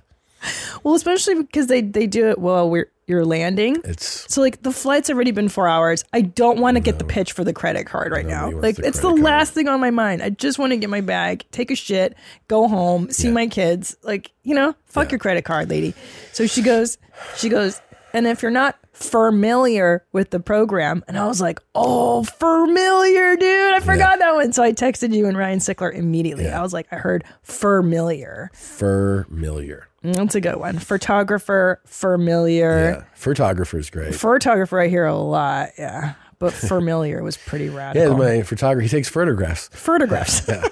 Well, especially because they they do it while we're you're landing.
It's
so like the flight's already been four hours. I don't want to get the pitch for the credit card right now. Like it's the last thing on my mind. I just want to get my bag, take a shit, go home, see my kids. Like you know, fuck your credit card, lady. So she goes, she goes, and if you're not familiar with the program, and I was like, oh, familiar, dude, I forgot that one. So I texted you and Ryan Sickler immediately. I was like, I heard familiar.
Familiar.
That's a good one. Photographer, familiar.
Photographer's great.
Photographer, I hear a lot. Yeah. But familiar was pretty radical.
Yeah, my photographer. He takes photographs.
Photographs.
Yeah.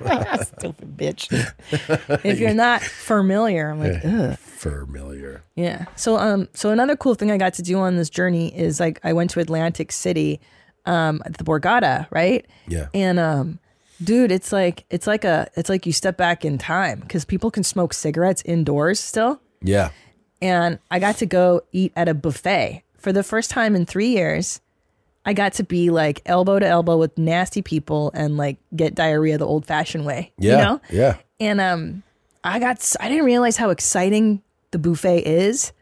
Stupid bitch. if you're not familiar, I'm like,
Yeah.
ugh.
familiar.
Yeah. So um so another cool thing I got to do on this journey is like I went to Atlantic City, um, at the Borgata, right?
Yeah.
And um dude, it's like it's like a it's like you step back in time because people can smoke cigarettes indoors still.
Yeah.
and I got to go eat at a buffet for the first time in three years. I got to be like elbow to elbow with nasty people and like get diarrhea the old fashioned way.
Yeah.
You know?
Yeah.
And um, I got s- I didn't realize how exciting the buffet is.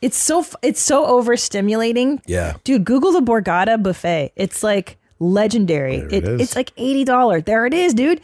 It's so f- it's so overstimulating.
Yeah.
Dude, Google the Borgata buffet. It's like legendary.
it is.
It's like eighty dollar. There it is, dude.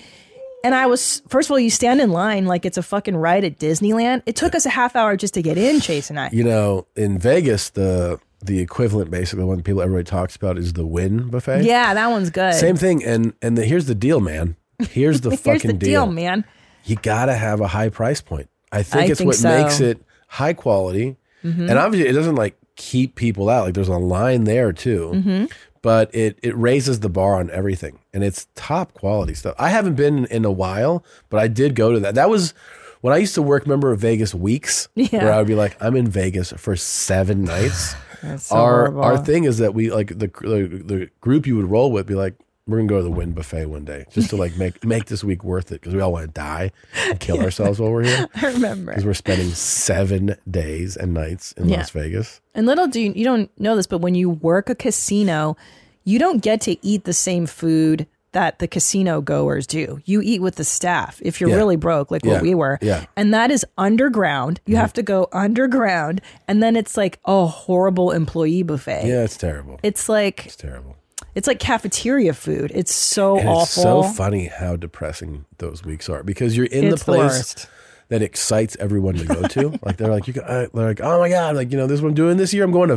And I was first of all, you stand in line like it's a fucking ride at Disneyland. It took us a half hour just to get in, Chase and I.
You know, in Vegas, the the equivalent, basically, one people everybody talks about is the Win buffet.
Yeah, that one's good.
Same thing. And and the, here's the deal, man. Here's the
Here's
fucking
the deal, man.
You gotta have a high price point. I think
I
it's
think
what
so.
makes it high quality.
Mhm.
And obviously, it doesn't like keep people out. Like there's a line there too.
Mhm.
But it, it raises the bar on everything, and it's top quality stuff. I haven't been in a while, but I did go to that. That was when I used to work. Remember Vegas weeks,
Yeah.
where I would be like, I'm in Vegas for seven nights.
That's so
our
horrible.
our thing is that we like the, the the group you would roll with be like, we're gonna go to the Wind Buffet one day just to like make make this week worth it because we all want to die and kill ourselves while we're here
I remember.
because we're spending seven days and nights in
Yeah.
Las Vegas.
And little do you, you don't know this, but when you work a casino, you don't get to eat the same food that the casino goers do. You eat with the staff if you're
Yeah.
really broke, like
Yeah.
what we were.
Yeah.
And that is underground.
Mm-hmm.
You have to go underground. And then it's like a horrible employee buffet.
Yeah, it's terrible.
It's like
It's terrible.
It's like cafeteria food. It's so
And
awful.
It's so funny how depressing those weeks are because you're in
It's
the
the
place
worst.
that excites everyone to go to. like they're like you, go- uh, they're like oh my god, like you know this is what I'm doing this year. I'm going to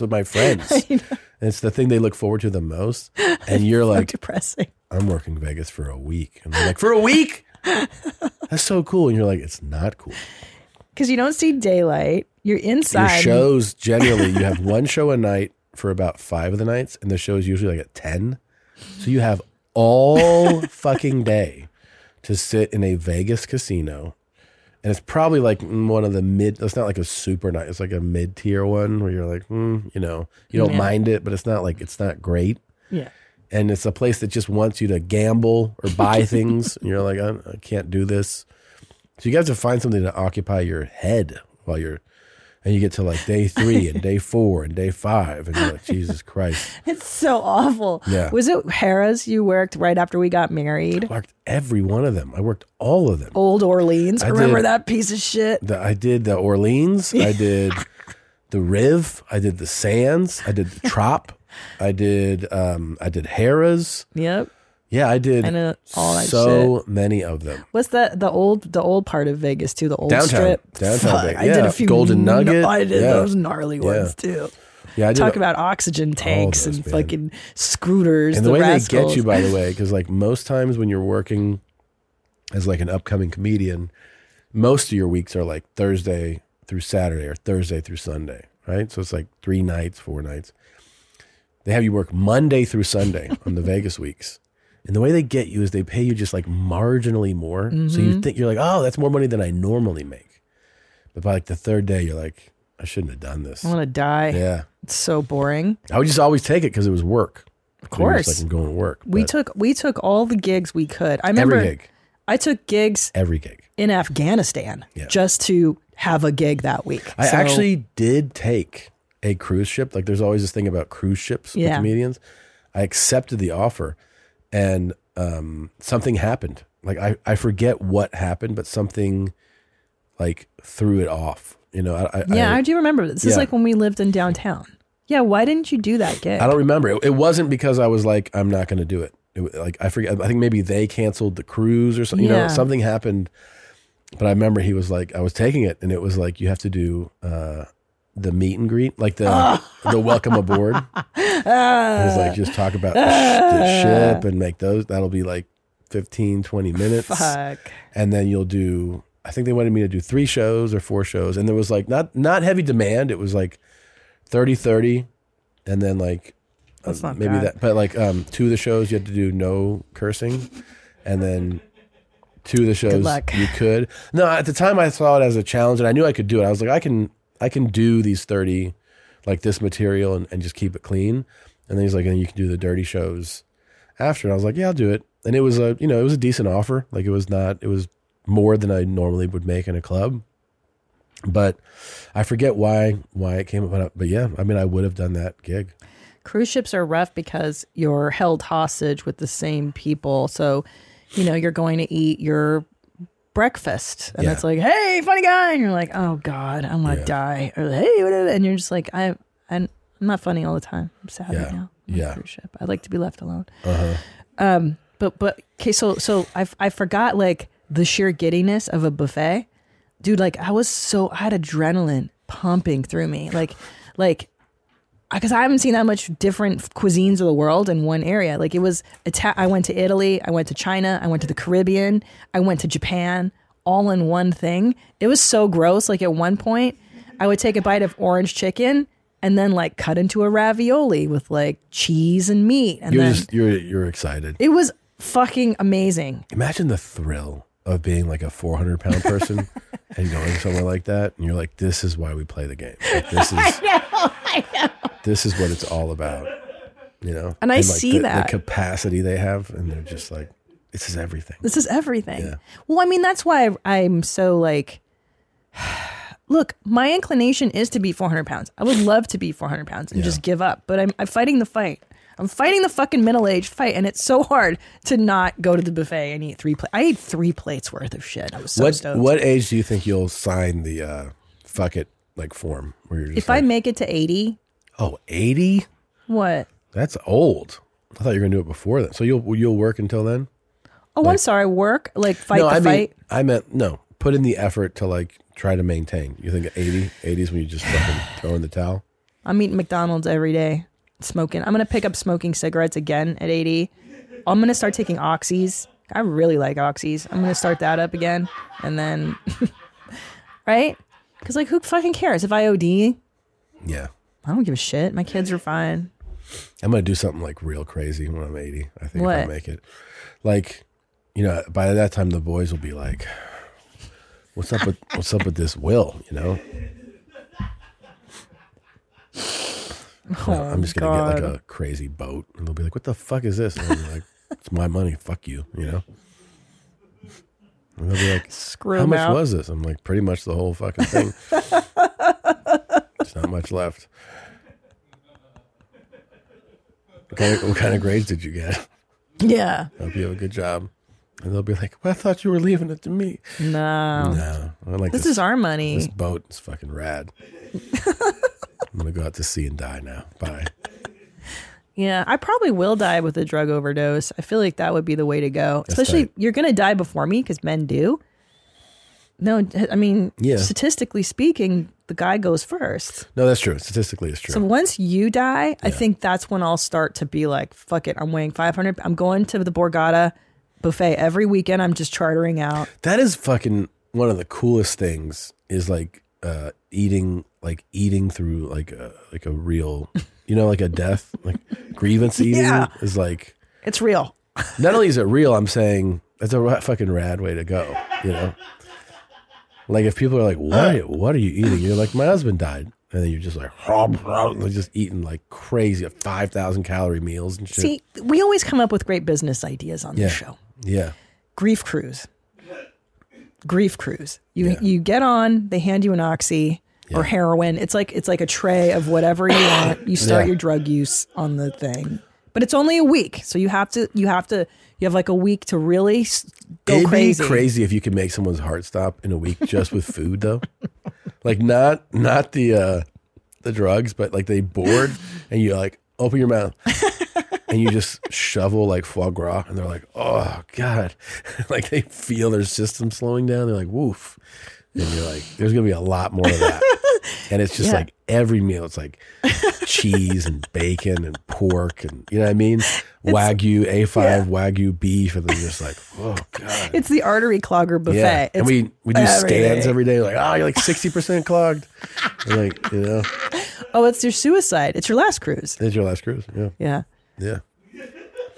with my friends. and it's the thing they look forward to the most. And you're like
depressing.
I'm working Vegas for a week, and they're like for a week. That's so cool. And you're like it's not cool.
Because you don't see daylight. You're inside.
Your shows generally, you have one show a night for about five of the nights, and the show is usually like at 10. So you have all fucking day to sit in a Vegas casino. And it's probably like mm, one of the mid, it's not like a super night, it's like a mid tier one where you're like, mm, you know, you don't
Yeah.
mind it, but it's not like, it's not great.
Yeah.
And it's a place that just wants you to gamble or buy things. and you're like, I, I can't do this. So you guys have to find something to occupy your head while you're, and you get to like day three and day four and day five, and you're like, Jesus Christ.
It's so awful.
Yeah.
Was it Harrah's you worked right after we got married?
Worked every one of them. I worked all of them.
Old Orleans.
I
Remember
did.
that piece of shit?
The, I did the Orleans. I did the Riv. I did the Sands. I did the Trop. I did um I did Harrah's.
Yep.
Yeah, I did
I know all that
so many of them.
What's that? The old, the old part of Vegas too. The old
Downtown.
strip.
Downtown
Fuck,
Vegas.
I did
Yeah.
a few.
Golden
kn-
Nugget.
I did
Yeah.
those gnarly ones
Yeah.
too.
Yeah, I did
Talk
a-
about oxygen tanks
those,
and
man.
fucking scooters.
and the, way they
rascals.
get you, by the way, because like most times when you're working as like an upcoming comedian, most of your weeks are like Thursday through Saturday or Thursday through Sunday, right? So it's like three nights, four nights. They have you work Monday through Sunday on the Vegas weeks. And the way they get you is they pay you just like marginally more. So you
Mm-hmm.
Mhm.
think you're like, oh, that's more money than I normally make. But by like the third day, you're like, I shouldn't have done this.
I want to die.
Yeah.
It's so boring.
I would just always take it because it was work.
Of
So you're just
course.
like, I'm going to work.
We
But-
took we took all the gigs we could. I remember
gig.
I took gigs
every gig
in Afghanistan just to have a gig that week.
I
So-
actually did take a cruise ship. Like, there's always this thing about cruise ships with
Yeah.
comedians. I accepted the offer, and um, something happened. Like, I, I forget what happened, but something like threw it off. You know, I, I
yeah, I, do remember this. This is
Yeah.
like when we lived in downtown. Yeah, why didn't you do that gig?
I don't remember. It, it wasn't because I was like, I'm not going to do it. It wa- Like I forget. I think maybe they canceled the cruise or something. You
Yeah.
know, something happened. But I remember he was like, I was taking it, and it was like you have to do uh, the meet and greet, like the the welcome aboard. It was like just talk about the, sh-
Uh.
the ship and make those. That'll be like 15, 20 minutes.
Fuck.
And then you'll do. I think they wanted me to do three shows or four shows, and there was like not not heavy demand. It was like 30 30 and then like
That's
uh,
not
maybe
bad.
that but like um two of the shows you had to do no cursing and then two of the shows
luck.
you could no at the time i saw it as a challenge and i knew i could do it i was like i can i can do these 30 like this material and, and just keep it clean and then he's like and you can do the dirty shows after and i was like yeah i'll do it and it was a you know it was a decent offer like it was not it was more than i normally would make in a club but I forget why why it came up, but, but yeah, I mean, I would have done that gig.
Cruise ships are rough because you're held hostage with the same people. So, you know, you're going to eat your breakfast and
Yeah.
it's like, hey, funny guy. And you're like, oh God, I'm going to die. Or hey, what- and you're just like, I, I'm I'm not funny all the time. I'm sad right now. I'm on a
Yeah.
Cruise ship. I like to be left alone.
Uh-huh.
Um, but but okay, so so I I forgot like the sheer giddiness of a buffet, dude. Like I was so I had adrenaline pumping through me, like like because I haven't seen that much different cuisines of the world in one area. Like it was Ita- I went to Italy, I went to China, I went to the Caribbean, I went to Japan, all in one thing. It was so gross. Like at one point, I would take a bite of orange chicken. And then, like, cut into a ravioli with like cheese and meat, and
You're
then
just you're you're excited.
it was fucking amazing.
Imagine the thrill of being like a 400 pound person and going somewhere like that, and you're like, this is why we play the game. Like, this is
know, I know.
this is what it's all about, you know.
And I
like,
see
the-
that.
the capacity they have, and they're just like, this is everything.
This is everything. Well, I mean, that's why I'm so like, look, my inclination is to be 400 pounds. I would love to be 400 pounds and
Yeah.
just give up, but I'm, I'm fighting the fight. I'm fighting the fucking middle aged fight, and it's so hard to not go to the buffet and eat three plates. I ate three plates worth of shit. I was so
what
stoked.
what age do you think you'll sign the uh, fuck it like form where you're just
if I make it to 80,
oh 80?
what?
That's old. I thought you were gonna do it before that. So you'll you'll work until then.
Oh, I'm sorry. Work like fight
no,
the
I mean,
fight.
I meant no. Put in the effort to like try to maintain. You think 80, 80 is when you just fucking throw in the towel.
I'm eating McDonald's every day, smoking. I'm gonna pick up smoking cigarettes again at 80. I'm gonna start taking oxys. I really like oxys. I'm gonna start that up again, and then, right? Because like, who fucking cares if I OD? I
Yeah,
don't give a shit. My kids are fine.
I'm gonna do something like real crazy when I'm eighty. I think if I
What?
make it, like, you know, by that time the boys will be like, "What's up with what's up with this will?" You know.
Oh,
I'm just gonna get like a crazy boat, and they'll be like, "What the fuck is this?" And I'll be like, "It's my money. Fuck you." You know. And they'll be like,
Screw
How
'em
much
out."
was this? I'm like, pretty much the whole fucking thing. There's not much left. What kind, of, what kind of grades did you get?
Yeah.
Hope you have a good job. And they'll be like, "Well, I thought you were leaving it to me."
No.
No, I like
This is our money.
This boat is fucking rad. I'm gonna go out to sea and die now. Bye.
Yeah, I probably will die with a drug overdose. I feel like that would be the way to go.
That's
Especially
tight.
you're going to die before me because men do. No, I mean,
Yeah.
statistically speaking, the guy goes first.
No, that's true. Statistically, it's true.
So once you die, I think that's when I'll start to be like, fuck it, I'm weighing 500. I'm going to the Borgata buffet every weekend. I'm just chartering out.
That is fucking one of the coolest things is like uh eating like eating through like a like a real you know like a death like grievance eating
Yeah.
is like
It's real.
not only is it real I'm saying that's a ra- fucking rad way to go you know like if people are like what what are you eating you're like my husband died and then you're just like like just eating like crazy 5000 calorie meals and shit
See, we always come up with great business ideas on
yeah
this show.
yeah
grief cruise. Grief cruise. You you get on, they hand you an oxy or heroin. It's like it's like a tray of whatever you want. You start
Yeah.
your drug use on the thing. But it's only a week, so you have to you have to you have like a week to really s- go
It'd
crazy.
be crazy if you could make someone's heart stop in a week just with food, though. Like not not the uh, the drugs, but like they board and you like open your mouth and you just shovel like foie gras, and they're like, oh god, like they feel their system slowing down. They're like, woof, and you're like, there's gonna be a lot more of that. And it's just
Yeah.
like every meal, it's like cheese and bacon and pork and you know what I mean, wagyu A five wagyu beef, and they're just like, oh god.
It's the artery clogger buffet.
And
It's
we, we do scans
everything.
every day. Like, oh, you're like 60% clogged. And like, you know,
Oh, it's your suicide. It's your last cruise.
it's your last cruise. Yeah.
Yeah.
Yeah.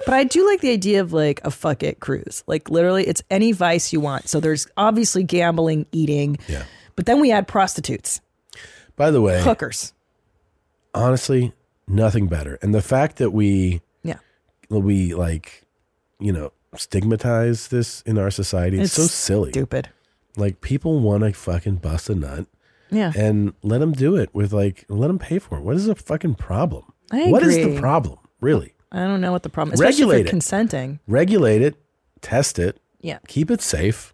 But I do like the idea of like a fuck it cruise. Like literally, it's any vice you want. So there's obviously gambling, eating.
Yeah.
But then we add prostitutes,
By the way,
hookers.
honestly, nothing better. And the fact that we,
Yeah.
we like, you know, stigmatize this in our society, it's, so
It's
silly.
Stupid.
Like, people want to fucking bust a nut.
Yeah.
And let them do it with like, let them pay for it. What is the fucking problem?
I
What is the
agree.
problem, really?
I don't know what the problem is. Especially
Regulate
if
it.
you're consenting.
Regulate it, test it,
Yeah.
keep it safe.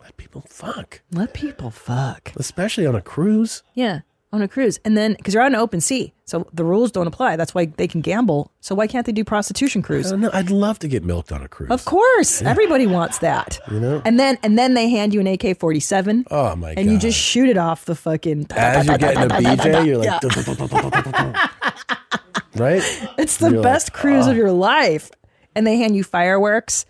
Let people fuck.
Let people fuck.
Especially on a cruise.
Yeah. On a cruise. And then, because you're on an open sea. So the rules don't apply. That's why they can gamble. So why can't they do prostitution
I
cruise?
don't know. I'd love to get milked on a cruise.
Of course. Everybody wants that.
You know?
And then and then they hand you an AK forty seven.
Oh, my
And you
God.
just shoot it off the fucking
As you're getting a BJ, you're like, right?
It's the
You're like,
best cruise
"Oh."
of your life. And they hand you fireworks.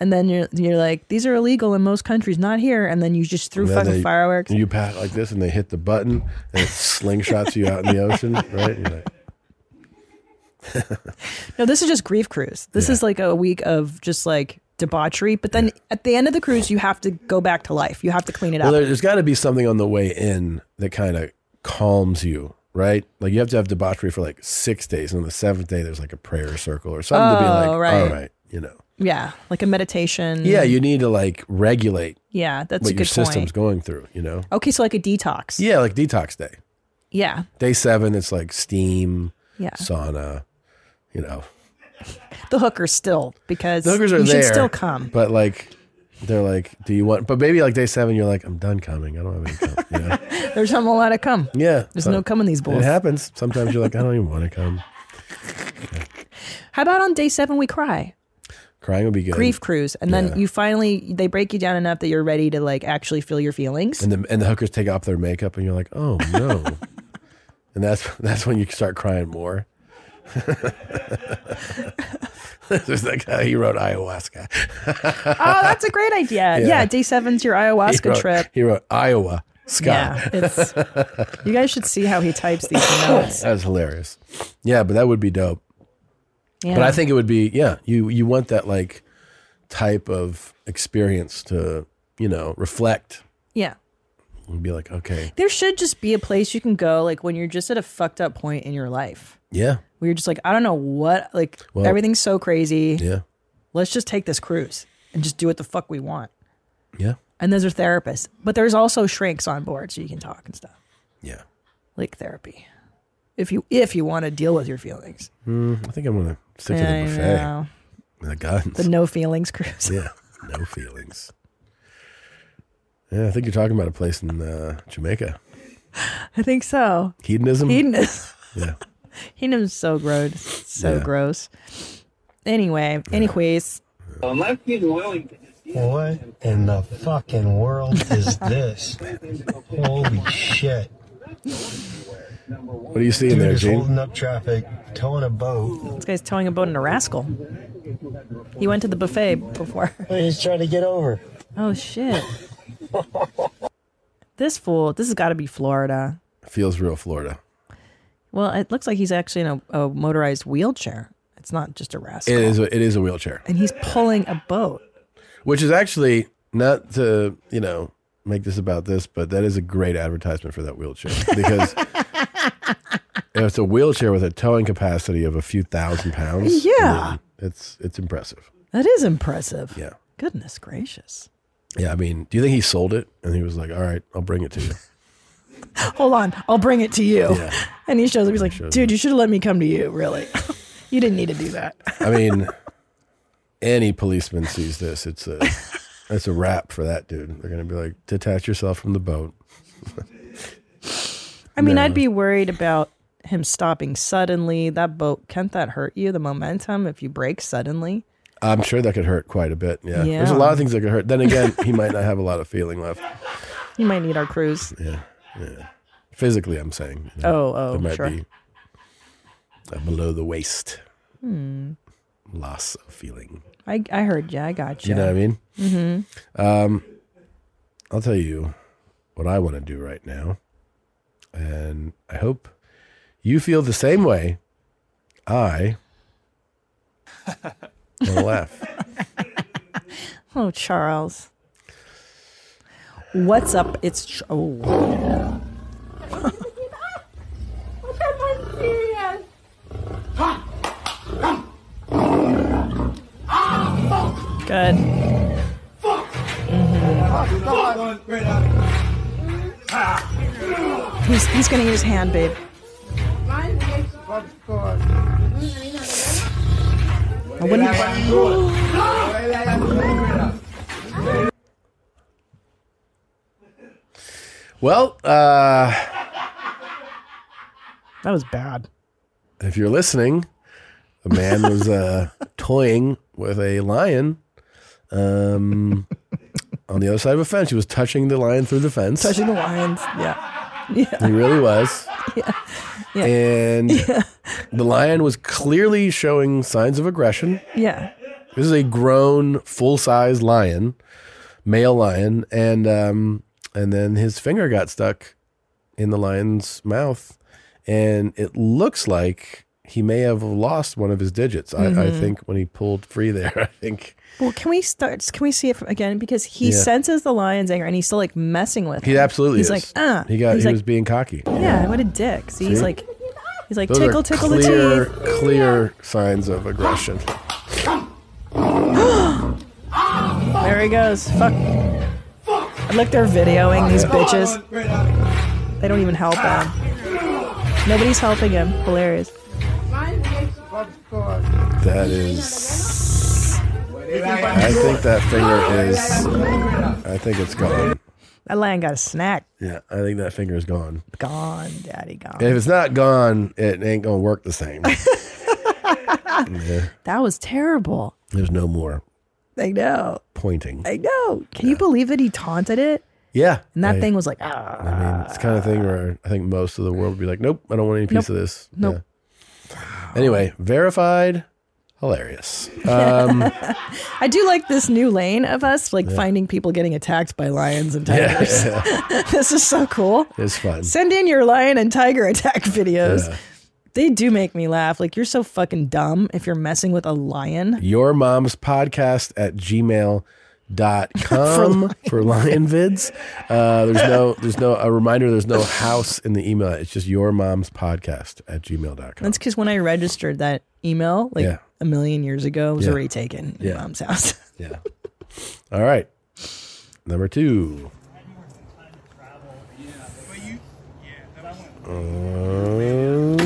And then you're you're like, these are illegal in most countries, not here. And then you just threw
And then
fucking
they-
fireworks.
You pat like this and they hit the button and it slingshots you out in the ocean, right? You're like,
No, this is just grief cruise. This is like a week of just like debauchery. But then at the end of the cruise, you have to go back to life. You have to clean it
well,
up.
there, there's got to be something on the way in that kind of calms you, right? Like you have to have debauchery for like six days. And on the seventh day, there's like a prayer circle or something to be
Oh,
like,
right.
all right, you know.
yeah, like a meditation.
Yeah, you need to like regulate
Yeah, that's
what
a
your
good
system's
point.
going through, you know?
Okay, so like a detox.
Yeah, like detox day.
Yeah,
Day seven, it's like steam,
Yeah.
sauna, you know.
the hookers still because
The hookers are
you
there.
should still come.
But like, they're like, do you want, but maybe like day seven, you're like, I'm done coming. I don't have any come. You know?
There's not a lot of come.
yeah.
There's
So
no coming these
It
bulls.
happens. Sometimes you're like, I don't even want to come.
How about on day seven we cry?
Crying would be good.
Grief cruise, and
Yeah.
then you finally they break you down enough that you're ready to like actually feel your feelings.
And the and the hookers take off their makeup, and you're like, oh no. and that's that's when you start crying more. There's that guy. He wrote ayahuasca.
oh, that's a great idea.
Yeah.
Yeah, day seven's your
he
ayahuasca
wrote,
trip.
He wrote Iowa.
Yeah,
Scott.
it's- You guys should see how he types these notes.
That's hilarious. Yeah, but that would be dope. But
Yeah.
I think it would be yeah. You you want that like type of experience to you know reflect
Yeah.
and be like okay
There should just be a place you can go, like when you're just at a fucked up point in your life
yeah
where you're just like, I don't know what, like
Well-
everything's so crazy.
yeah
Let's just take this cruise and just do what the fuck we want.
yeah
And those are therapists, but there's also shrinks on board so you can talk and stuff.
Yeah.
like therapy. If you if you want to deal with your feelings,
Mm, I think I'm gonna stick
Yeah, I
to the buffet
know.
with the guns.
the no feelings cruise.
yeah, no feelings. Yeah, I think you're talking about a place in uh, Jamaica.
I think so.
Hedonism.
Hedonism.
Yeah.
Hedonism's so gross, so
Yeah.
gross. Anyway, anyways,
Unless he's willing What in the fucking world is this? Holy shit.
What are you seeing
Dude
there,
is
Gene?
holding up traffic, towing a boat.
this guy's towing a boat in a rascal. He went to the buffet before.
He's trying to get over.
Oh shit! this fool. This has got to be Florida.
Feels real Florida.
Well, it looks like he's actually in a, a motorized wheelchair. It's not just a rascal.
It is. A, it is a wheelchair,
And he's pulling a boat.
which is actually not to you know make this about this, but that is a great advertisement for that wheelchair because it's a wheelchair with a towing capacity of a few thousand pounds.
Yeah.
then it's it's impressive.
That is impressive.
Yeah.
Goodness gracious.
Yeah, I mean, do you think he sold it? And he was like, "All right, I'll bring it to you."
Hold on, I'll bring it to you.
Yeah.
And he shows up. He's like,
shows
dude, you should have let me come to you. Really, you didn't need to do that.
I mean, any policeman sees this, it's a it's a wrap for that dude. They're gonna be like, detach yourself from the boat.
I mean,
No.
I'd be worried about him stopping suddenly. That boat can't that hurt you? The momentum if you brake suddenly.
I'm sure that could hurt quite a bit. Yeah. There's a
Yeah.
lot of things that could hurt. Then again, he might not have a lot of feeling left.
You might need our cruise.
Yeah. Yeah. Physically, I'm saying. you
Oh, oh,
there might
sure.
be a below the waist
Hmm.
loss of feeling.
I I heard you. I got you.
You know what I mean?
Mm-hmm.
Um, I'll tell you what I want to do right now, and I hope you feel the same way. I want to laugh.
Oh, Charles. What's up? It's Ch- oh. Good. Mm-hmm. He's he's gonna eat his hand, babe. I wouldn't.
Well, uh,
That was bad.
if you're listening, a man was uh, toying with a lion um, on the other side of a fence. He was touching the lion through the fence.
Touching the lions. Yeah. Yeah.
He really was. And the lion was clearly showing signs of aggression.
Yeah.
This is a grown, full size lion, male lion, and um, and then his finger got stuck in the lion's mouth, and it looks like he may have lost one of his digits. I, I
Mhm.
think when he pulled free there, I think
Well, can we start? Can we see it from, again? Because he
Yeah.
senses the lion's anger, and he's still like messing with.
he
him.
absolutely
He's
is.
like, ah.
he got
He's
he
like,
was being cocky.
yeah. What a dick. See, he's
See?
like, he's like,
Those are
tickle, tickle the
clear,
teeth.
Clear signs of aggression.
There he goes. Fuck. Look, they're videoing these bitches. They don't even help him. Nobody's helping him. Hilarious.
That is. I think that finger is. I think it's gone.
That lion got a snack.
Yeah, I think that finger is gone.
Gone, daddy, gone.
If it's not gone, it ain't gonna work the same. Yeah.
That was terrible.
There's no more
I know.
pointing.
I know. Can you believe it? He taunted it,
Yeah.
and that
I-
thing was like, ah,
I mean, it's the kind of thing where I think most of the world would be like, uh, nope, I don't want any piece of this.
Nope.
Yeah. Anyway, verified, hilarious. Um,
I do like this new lane of us, like
Yeah.
finding people getting attacked by lions and
Yeah.
tigers. this is so cool.
it's fun.
Send in your lion and tiger attack videos.
Yeah.
They do make me laugh. Like, you're so fucking dumb if you're messing with a lion.
Your mom's podcast at gmail dot com for lion vids uh there's no there's no a reminder there's no house in the email it's just your mom's podcast at gmail.com
That's because when I registered that email, like
Yeah.
a million years ago, it was
Yeah.
already taken in
Yeah.
mom's house.
yeah all right number two Uh, Um,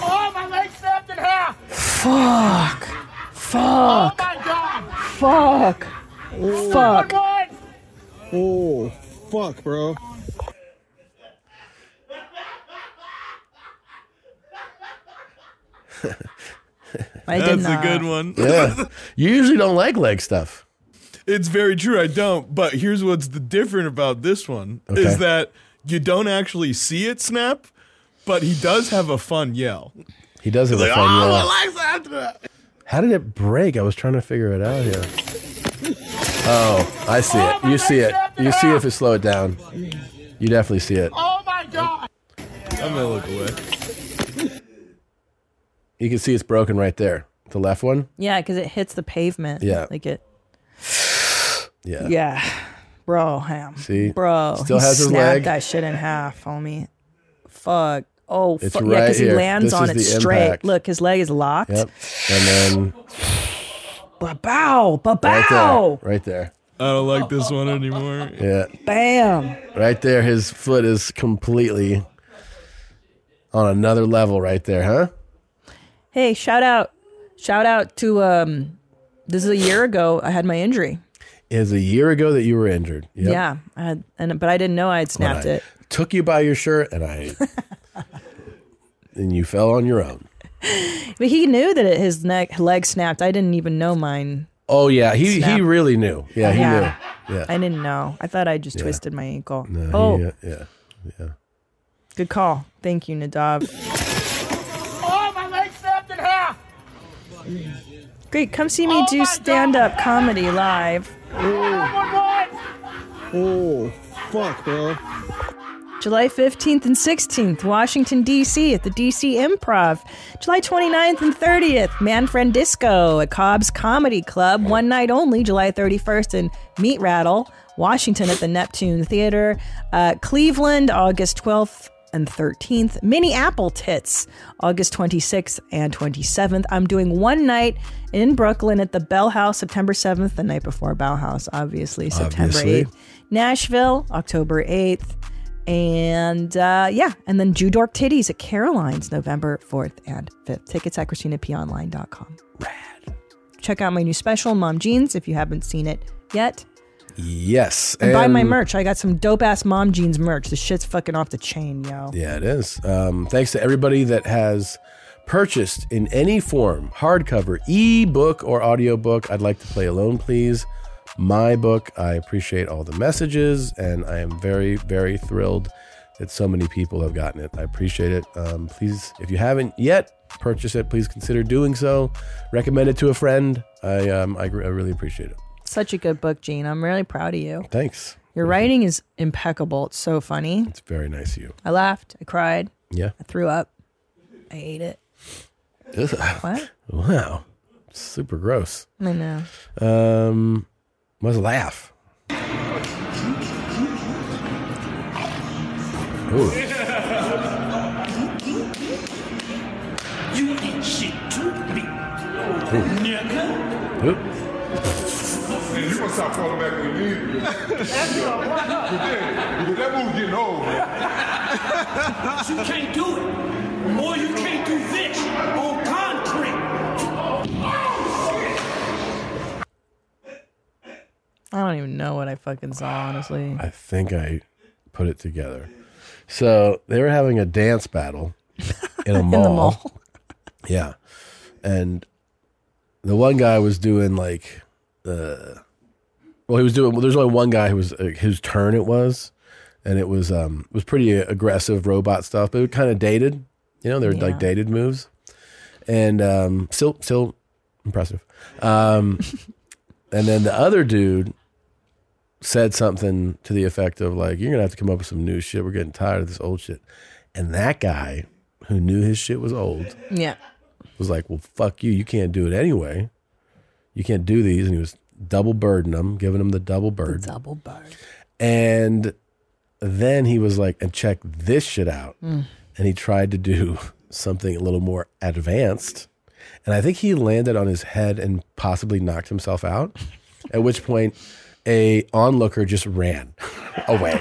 Oh, my leg snapped in half.
Fuck.
Oh,
Fuck.
my God.
Fuck. Fuck.
Oh, fuck, bro.
I
That's a good one.
yeah you usually don't like leg stuff
It's very true. I don't. But here's what's the different about this one
Okay.
is that you don't actually see it snap, but he does have a fun yell.
he does have a
Like,
fun
"Oh,
yell.
I like that."
How did it break? I was trying to figure it out here. Oh, I see it. You see it. You see if it slow it down. You definitely see it.
Oh, my God.
I'm gonna look away.
You can see it's broken right there. The left one.
Yeah, because it hits the pavement.
Yeah.
Like it.
Yeah.
Yeah. Bro, ham.
See?
Bro.
Still
he
has his
snapped
leg.
that shit in half, homie. Fuck. Oh,
It's
fuck. yeah,
right
because he
here.
lands
This
on
is
it
the
straight.
impact.
Look, his leg is locked.
Yep. And then
Ba-bow.
right
Ba-bow.
there. Right there.
I don't like this one anymore.
Yeah.
Bam.
Right there. His foot is completely on another level right there, huh?
Hey, shout out. Shout out to, um, this is a year ago I had my injury.
It was a year ago that you were injured. Yep.
Yeah. I had, and, but I didn't know I had
When
snapped
I
it.
Took you by your shirt and I and you fell on your own.
But he knew that it, his neck leg snapped. I didn't even know mine.
Oh yeah, he
Snap.
he really knew. Yeah, he
Yeah.
knew. Yeah.
I didn't know. I thought I just
Yeah.
twisted my ankle.
No, he-
oh,
yeah, yeah, yeah.
good call. Thank you, Nadav.
Oh, my leg snapped in half.
Great. Come see me do stand up comedy live.
Oh, fuck, bro.
July 15th and 16th, Washington, D.C. at the D.C. Improv. July 29th and 30th, Man Friend Disco at Cobb's Comedy Club, one night only, July 31st in Meat Rattle, Washington at the Neptune Theater. Uh, Cleveland, August 12th and 13th. Mini Apple Tits, August 26th and 27th. I'm doing one night in Brooklyn at the Bell House, September 7th, the night before Bell House, obviously, September
Obviously.
8th. Nashville, October 8th. And uh, yeah, and then Jew Dork Titties at Caroline's November 4th and 5th. Tickets at ChristinaPOnline.com. Rad. Check out my new special, Mom Jeans, if you haven't seen it yet.
Yes.
And, buy my
and-
merch. I got some dope ass Mom Jeans merch. The shit's fucking off the chain, yo.
Yeah, it is. Um, thanks to everybody that has purchased in any form hardcover, ebook, or audiobook. I'd like to play alone, please. My book. I appreciate all the messages, and I am very, very thrilled that so many people have gotten it. I appreciate it. Um, please, if you haven't yet purchased it, please consider doing so. Recommend it to a friend. I, um, I, gr- I really appreciate it.
Such a good book, Gene. I'm really proud of you.
Thanks.
Your writing is impeccable. It's so funny.
It's very nice of you.
I laughed. I cried.
Yeah.
I threw up. I ate it.
Ugh.
What?
Wow. Super gross.
I know.
Um, must laugh. Ooh.
You ain't shit to me, nigga.
Oop.
Man, you gonna stop falling back when you need me. Because that movie's getting old, man. you can't do it. Or you can't do this on concrete.
I don't even know what I fucking saw, honestly.
I think I put it together. So they were having a dance battle in a mall.
mall.
Yeah. And the one guy was doing like uh well he was doing well, there's only one guy who was uh, whose turn it was and it was um it was pretty aggressive robot stuff but it kind of dated you know they were like dated moves and um still still impressive um and then the other dude said something to the effect of like you're gonna have to come up with some new shit we're getting tired of this old shit and that guy who knew his shit was old
Yeah.
was like, "Well, fuck you. You can't do it anyway. You can't do these." And he was double burden them, giving them the double bird.
double bird.
And then he was like, "And check this shit out."
Mm.
And he tried to do something a little more advanced. And I think he landed on his head and possibly knocked himself out. at which point, a onlooker just ran away.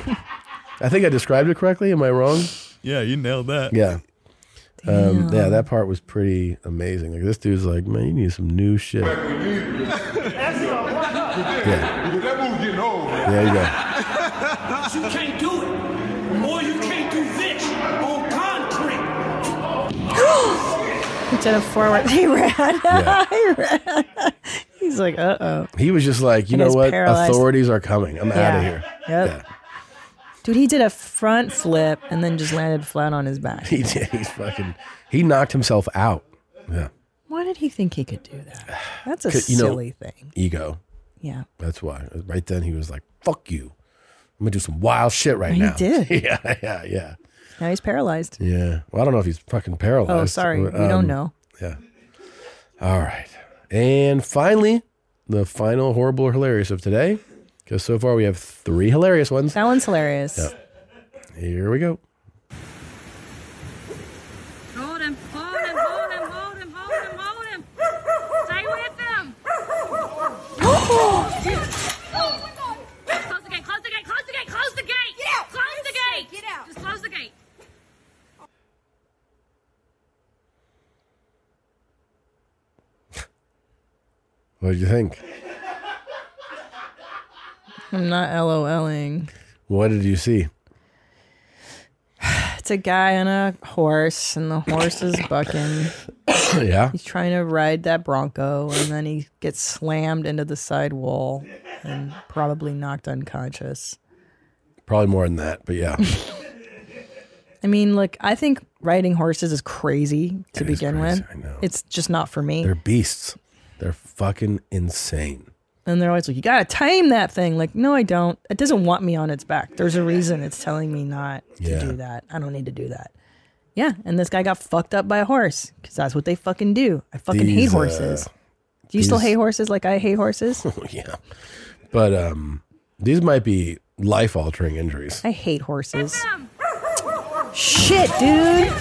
I think I described it correctly. Am I wrong?
Yeah, you nailed that.
Yeah. Um, yeah,
Damn.
that part was pretty amazing. Like this dude's like, man, you need some new shit.
yeah. Because that movie's getting old.
There you go.
you can't do it. Or you can't do this on concrete.
Instead of forward, he ran.
Yeah.
he ran. He's like, uh oh.
He was just like, you
And
know
it's
what?
paralyzed.
Authorities are coming. I'm out of here.
Yep.
Yeah.
Dude, he did a front flip and then just landed flat on his back.
He did. He's fucking. He knocked himself out. Yeah.
Why did he think he could do that? That's a
Could- you know,
silly thing.
Ego.
Yeah.
That's why. Right then he was like, fuck you. I'm gonna do some wild shit right
Oh, He
now.
did.
yeah. Yeah. Yeah.
Now he's paralyzed.
Yeah. Well, I don't know if he's um, fucking paralyzed.
Oh, sorry. We don't know.
Yeah. All right. And finally, the final horrible or hilarious of today. Because so far we have three hilarious ones.
That one's hilarious.
Here we go.
Hold him, hold him, hold him, hold him, hold him, hold him. Stay with him.
Oh.
Close the gate, close the gate, close the gate, close the gate. Get out. Close the gate. Get out. Just close the gate.
What did you think?
I'm not LOLing.
What did you see?
It's a guy on a horse, and the horse is bucking.
yeah.
He's trying to ride that Bronco, and then he gets slammed into the side wall and probably knocked unconscious.
Probably more than that, but yeah.
I mean, look, I think riding horses is crazy to begin with. It's just not for me.
They're beasts. They're fucking insane.
and they're always like, you gotta tame that thing. Like, no, I don't. It doesn't want me on its back. There's a reason it's telling me not
Yeah.
to do that. I don't need to do that. Yeah. And this guy got fucked up by a horse because that's what they fucking do. I fucking hate
These, uh,
horses. do you still
these-
hate horses like I hate horses?
yeah. But um these might be life altering injuries.
I hate horses. Shit, dude.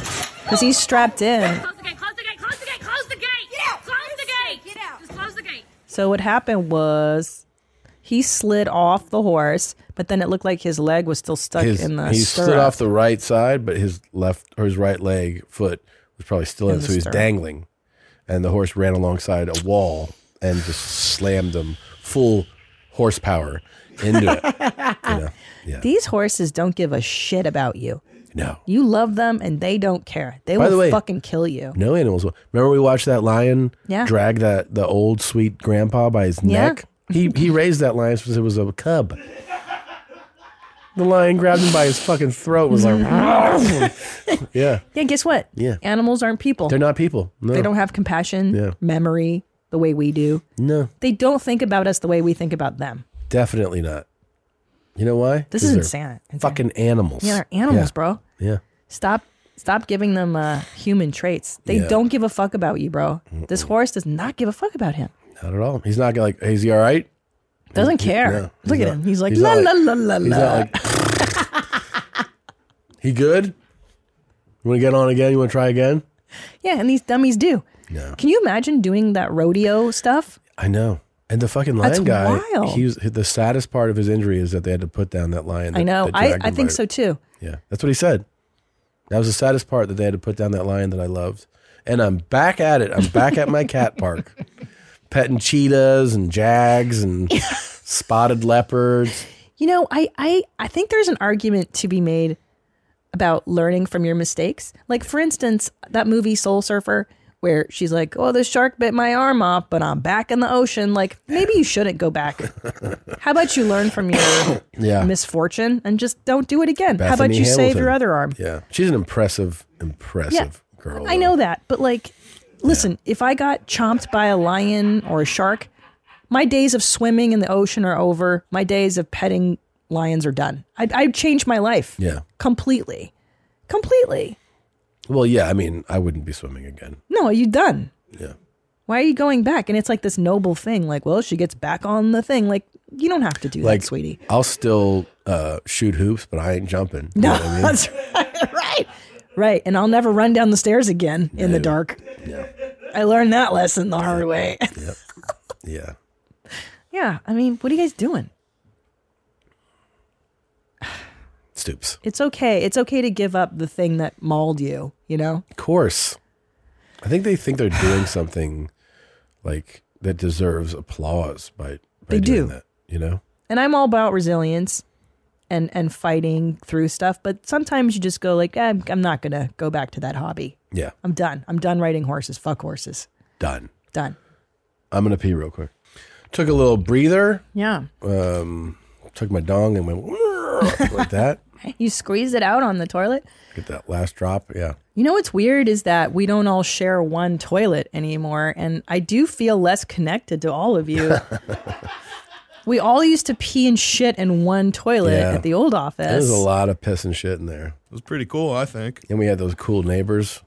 Because he's strapped in.
Close the gate, close the gate, close the gate, close the gate. Get out. Close the gate. Get out. Just close the gate.
So what happened was he slid off the horse, but then it looked like his leg was still stuck
His,
in the
he
stirrup.
slid off the right side, but his left or his right leg foot was probably still in,
In the
so he's
stirrup.
dangling. And the horse ran alongside a wall and just slammed him full horsepower into it.
These horses don't give a shit about you.
No.
You love them and they don't care. They
By
will
the way-
fucking kill you.
No animals. will. Remember we watched that lion
Yeah.
drag that the old sweet grandpa by his
Yeah.
neck. He he raised that lion because it was a cub. The lion grabbed him by his fucking throat. Was like, yeah,
Yeah, guess what?
Yeah.
Animals aren't people.
they're not people. No.
They don't have compassion,
Yeah.
memory, the way we do.
No,
They don't think about us the way we think about them.
definitely not. You know why?
This
'Cause
is
they're
insane-
Fucking animals.
Yeah, they're animals,
Yeah.
bro.
Yeah.
Stop stop giving them uh, human traits. They
Yeah.
don't give a fuck about you, bro. This horse does not give a fuck about him.
Not at all. He's not gonna like, is he all right?
Doesn't
He- he-
care.
no,
Look at
not-
him. He's like, la,
not
la, la, la,
he's not
la.
like, he good? You want to get on again? You want to try again?
Yeah, and these dummies do.
No.
Can you imagine doing that rodeo stuff?
I know. And the fucking
That's
lion guy,
wild.
he was the saddest part of his injury is that they had to put down that lion. That,
I know.
that
I,
dragged
I
him
think
by-
so too.
Yeah, that's what he said. That was the saddest part that they had to put down that lion that I loved. And I'm back at it. I'm back at my cat park, petting cheetahs and jags and spotted leopards.
You know, I, I, I think there's an argument to be made about learning from your mistakes. Like, for instance, that movie Soul Surfer, where she's like, oh, the shark bit my arm off, but I'm back in the ocean. Like, maybe you shouldn't go back. How about you learn from your
Yeah.
misfortune and just don't do it again? How about
Bethany
you save
Hamilton.
your other arm?
Yeah. She's an impressive, impressive girl.
I know that, but like, listen, if I got chomped by a lion or a shark, my days of swimming in the ocean are over. My days of petting lions are done. I, I changed my life
Yeah.
completely, completely.
Well, yeah. I mean, I wouldn't be swimming again.
No, you done.
Yeah.
Why are you going back? And it's like this noble thing. Like, well, she gets back on the thing. Like, you don't have to do
like,
that, sweetie.
I'll still uh, shoot hoops, but I ain't jumping. You
No,
know what I mean?
that's right, right, right. And I'll never run down the stairs again in the dark. I learned that lesson the hard way.
Yeah.
Yeah, I mean, what are you guys doing?
Stoops.
It's okay. It's okay to give up the thing that mauled you, you know?
Of course. I think they think they're doing something like that deserves applause by, by
They
doing
do.
that, you know?
And I'm all about resilience and and fighting through stuff, but sometimes you just go like, eh, I'm not going to go back to that hobby.
Yeah.
I'm done. I'm done riding horses. Fuck horses.
Done.
Done.
I'm going to pee real quick. Took a little breather.
Yeah.
Um, took my dong and went like that.
You squeeze it out on the toilet.
Get that last drop. Yeah.
You know what's weird is that we don't all share one toilet anymore, and I do feel less connected to all of you. we all used to pee and shit in one toilet
Yeah.
at the old office.
There's a lot of piss and shit in there. It
was pretty cool, I think.
And we had those cool neighbors.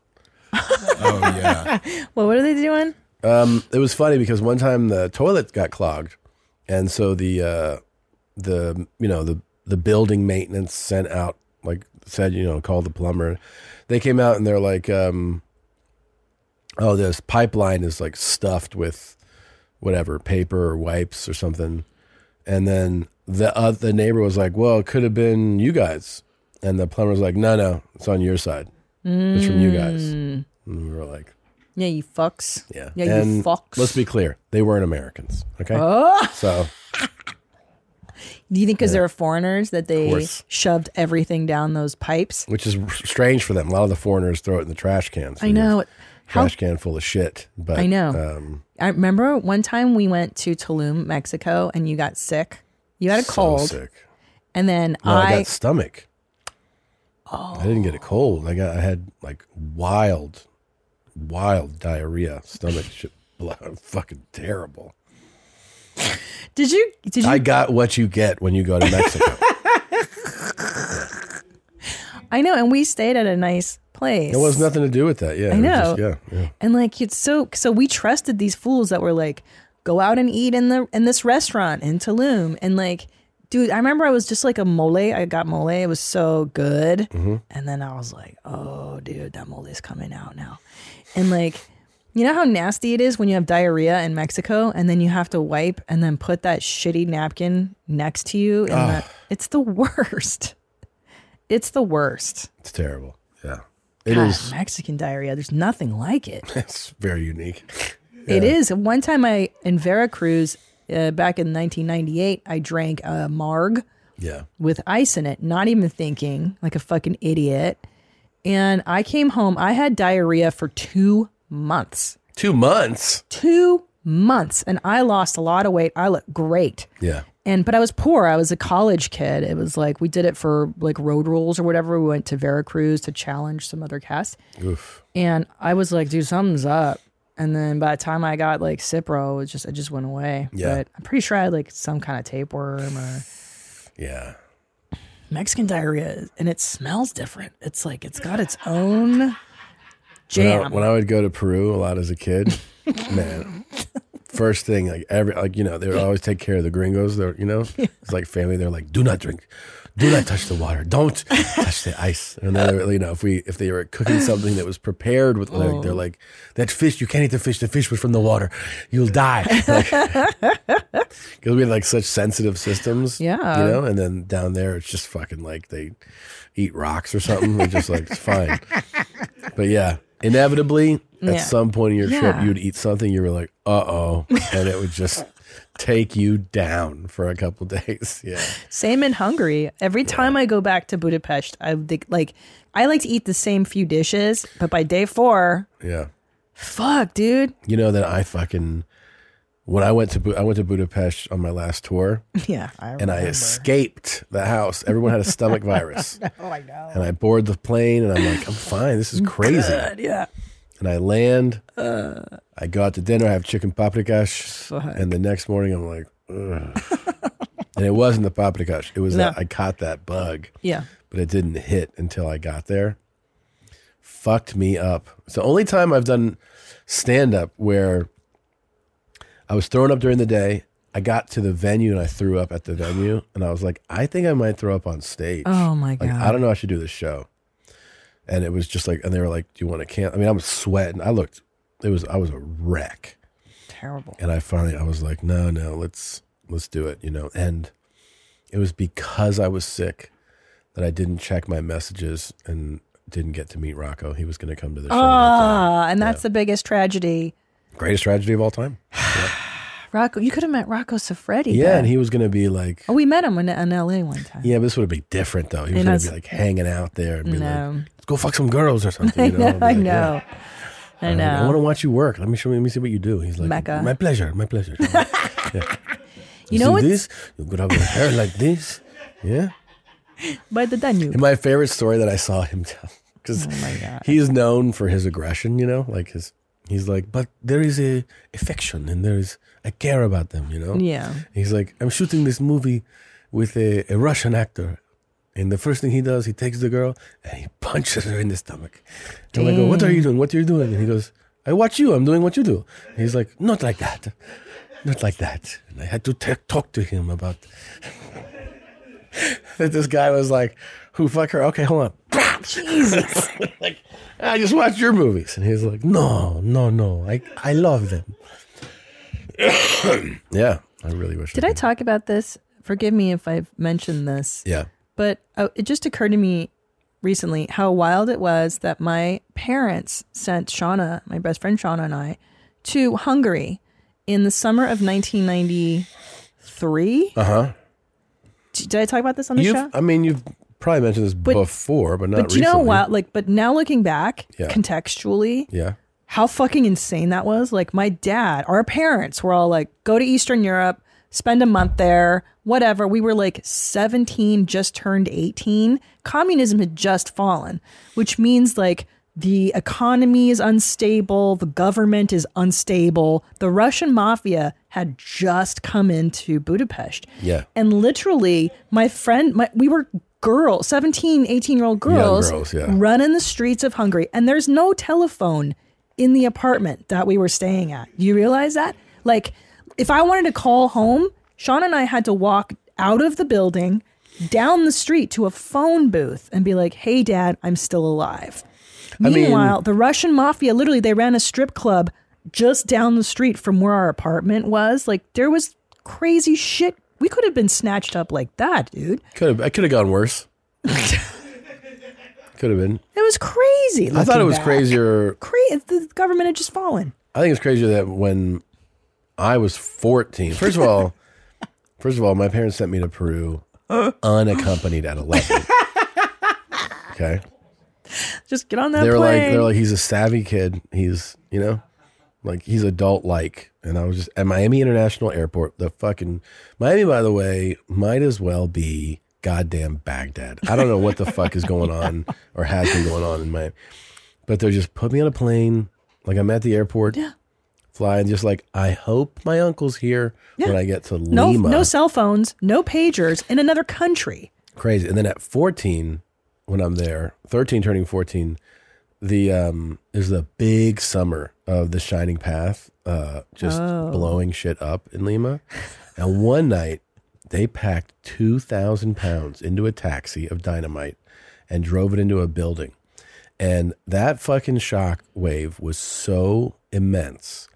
oh yeah.
well, what are they doing?
Um, it was funny because one time the toilet got clogged, and so the uh, the you know the the building maintenance sent out like said you know call the plumber. They came out and they're like, um, oh, this pipeline is like stuffed with whatever paper or wipes or something, and then the uh, the neighbor was like, well, it could have been you guys, and the plumber was like, no, no, it's on your side, it's from you guys,
Mm.
and we were like.
Yeah, you fucks.
Yeah.
Yeah, you
And
fucks.
Let's be clear. They weren't Americans. Okay.
Oh.
So
Do you think because they're foreigners that they
course.
shoved everything down those pipes?
which is r- strange for them. A lot of the foreigners throw it in the trash cans.
I know. How-
trash can full of shit. But
I know.
Um,
I remember one time we went to Tulum, Mexico, and you got sick. You had a
So
cold.
sick.
And then
no, I,
I,
got stomach. Oh. I didn't get a cold. I got I had like wild, wild diarrhea, stomach shit, blood, fucking terrible.
did you did you
I got what you get when you go to Mexico.
I know, and we stayed at a nice place.
it was nothing to do with that. Yeah,
I
it was
know.
just- yeah, yeah.
And like it's so so we trusted these fools that were like, go out and eat in the in this restaurant in Tulum. And like, dude, I remember I was just like a mole. I got mole. It was so good.
Mm-hmm.
And then I was like, oh dude, that mole is coming out now. And like you know how nasty it is when you have diarrhea in Mexico and then you have to wipe and then put that shitty napkin next to you and
Ugh.
the, it's the worst. It's the worst.
It's terrible. Yeah, it is
God, Mexican diarrhea. There's nothing like it.
It's very unique.
It
Yeah.
is. One time I in Veracruz uh, back in 1998, I drank a marg
Yeah.
with ice in it, not even thinking, like a fucking idiot. And I came home. I had diarrhea for two months.
Two months.
Two months, and I lost a lot of weight. I look great.
Yeah.
And but I was poor. I was a college kid. It was like we did it for like road rules or whatever. We went to Veracruz to challenge some other cast.
Oof.
And I was like, dude, something's up. And then by the time I got like Cipro, it just it just went away.
Yeah.
But I'm pretty sure I had like some kind of tapeworm or
Yeah.
Mexican diarrhea, is- and it smells different. It's like it's got its own
When I- When I,
jam.
would go to Peru a lot as a kid, man, first thing like every like you know they would always take care of the gringos. They're you know it's like family. They're like, do not drink, do not touch the water, don't touch the ice. And then they were, you know if we if they were cooking something that was prepared with like, they're like that fish you can't eat the fish. The fish was from the water, you'll die. Because we had like such sensitive systems.
Yeah.
you know. And then down there it's just fucking like they eat rocks or something. They're just like it's fine. But yeah, inevitably,
Yeah.
at some point in your
Yeah.
trip, you'd eat something you were like, "Uh oh," and it would just take you down for a couple days. Yeah.
Same in Hungary. Every time I go back to Budapest, I think like I like to eat the same few dishes, but by day four,
Yeah.
fuck, dude.
You know that I fucking when I went to Bu- I went to Budapest on my last tour.
Yeah, I
and I
remember.
escaped the house. Everyone had a stomach virus.
oh my god.
And I board the plane and I'm like, I'm fine. This is crazy.
Good, yeah.
And I land.
Uh.
I go out to dinner. I have chicken paprikash. And the next morning, I'm like, Ugh. and it wasn't the paprikash. It was
No.
that I caught that bug.
Yeah.
But it didn't hit until I got there. Fucked me up. It's the only time I've done stand up where I was throwing up during the day. I got to the venue and I threw up at the venue. And I was like, I think I might throw up on stage.
Oh, my
Like,
God.
I don't know. I should do this show. And it was just like, and they were like, do you want to can? I mean, I was sweating. I looked, it was, I was a wreck.
Terrible.
And I finally, I was like, no, no, let's let's do it, you know. And it was because I was sick that I didn't check my messages and didn't get to meet Rocco. He was going to come to the show.
Ah, and that's the biggest tragedy.
Greatest tragedy of all time.
Rocco, you could have met Rocco Siffredi.
yeah,
then.
and he was going to be like,
Oh, we met him in, in L.A. one time.
yeah, but this would have been different though. He was
And
going
that's-
to be like hanging out there and be
No.
like, let's go fuck some girls or something. You know?
I
I'd
know.
be
I
like,
know.
yeah.
I
I'm like,
know.
I want to watch you work. Let me show. Let me see what you do. He's like,
Mecca.
my pleasure. My pleasure. Yeah.
You know
see
what's-
this? You could have your hair like this. Yeah.
By the Danube.
And my favorite story that I saw him tell because he's known for his aggression, you know, like his he's like, but there is a affection and there is I care about them, you know.
Yeah.
He's like, I'm shooting this movie with a, a Russian actor, and the first thing he does, he takes the girl and he punches her in the stomach. And I go, what are you doing? What are you doing? And he goes, I watch you. I'm doing what you do. And he's like, not like that, not like that. And I had to t- talk to him about that this guy was like, "Who fuck her?" Okay, hold on. Jesus. like, I just watched your movies, and he's like, "No, no, no. I I love them." yeah, I really wish.
Did I talk about this? Forgive me if I've mentioned this.
Yeah.
But uh, it just occurred to me recently how wild it was that my parents sent Shauna, my best friend Shauna, and I to Hungary in the summer of 1993.
Uh huh.
D- Did I talk about this on the
You,
show?
have I mean, you've probably mentioned this
But-
before, but not.
but you know
recently.
what? Like, but now looking back
Yeah.
contextually,
Yeah.
how fucking insane that was. Like my dad, our parents were all like, go to Eastern Europe, spend a month there, whatever. We were like 17, just turned 18. Communism had just fallen, which means like the economy is unstable, the government is unstable. The Russian mafia had just come into Budapest.
Yeah.
And literally, my friend, my, we were girls, 17, 18 year old girls,
girls, yeah.
running the streets of Hungary. And there's no telephone in the apartment that we were staying at. You realize that? Like, if I wanted to call home, Sean and I had to walk out of the building, down the street to a phone booth and be like, hey, dad, I'm still alive.
I mean-
Meanwhile, the Russian mafia literally they ran a strip club just down the street from where our apartment was. Like there was crazy shit. We could have been snatched up like that, dude.
Could have. I could have gone worse. could have been.
It was crazy.
I thought it
looking
was
back.
crazier.
Cra- the government had just fallen.
I think it's crazy that when I was 14, first of all, first of all, my parents sent me to Peru unaccompanied at 11. Okay.
Just get on that
They were like,
plane.
they're like, he's a savvy kid. He's, you know, like he's adult like. And I was just at Miami International Airport. The fucking Miami, by the way, might as well be goddamn Baghdad. I don't know what the fuck is going on or has been going on in Miami, but they're just put me on a plane. Like I'm at the airport. Yeah. Flying just like I hope my uncle's here when I get to
no,
Lima.
no cell phones, no pagers in another country.
crazy. And then at 14, when I'm there, 13 turning 14, the um is the big summer of the Shining Path, uh, just
Oh.
blowing shit up in Lima. And one night they packed 2,000 pounds into a taxi of dynamite and drove it into a building. And that fucking shock wave was so immense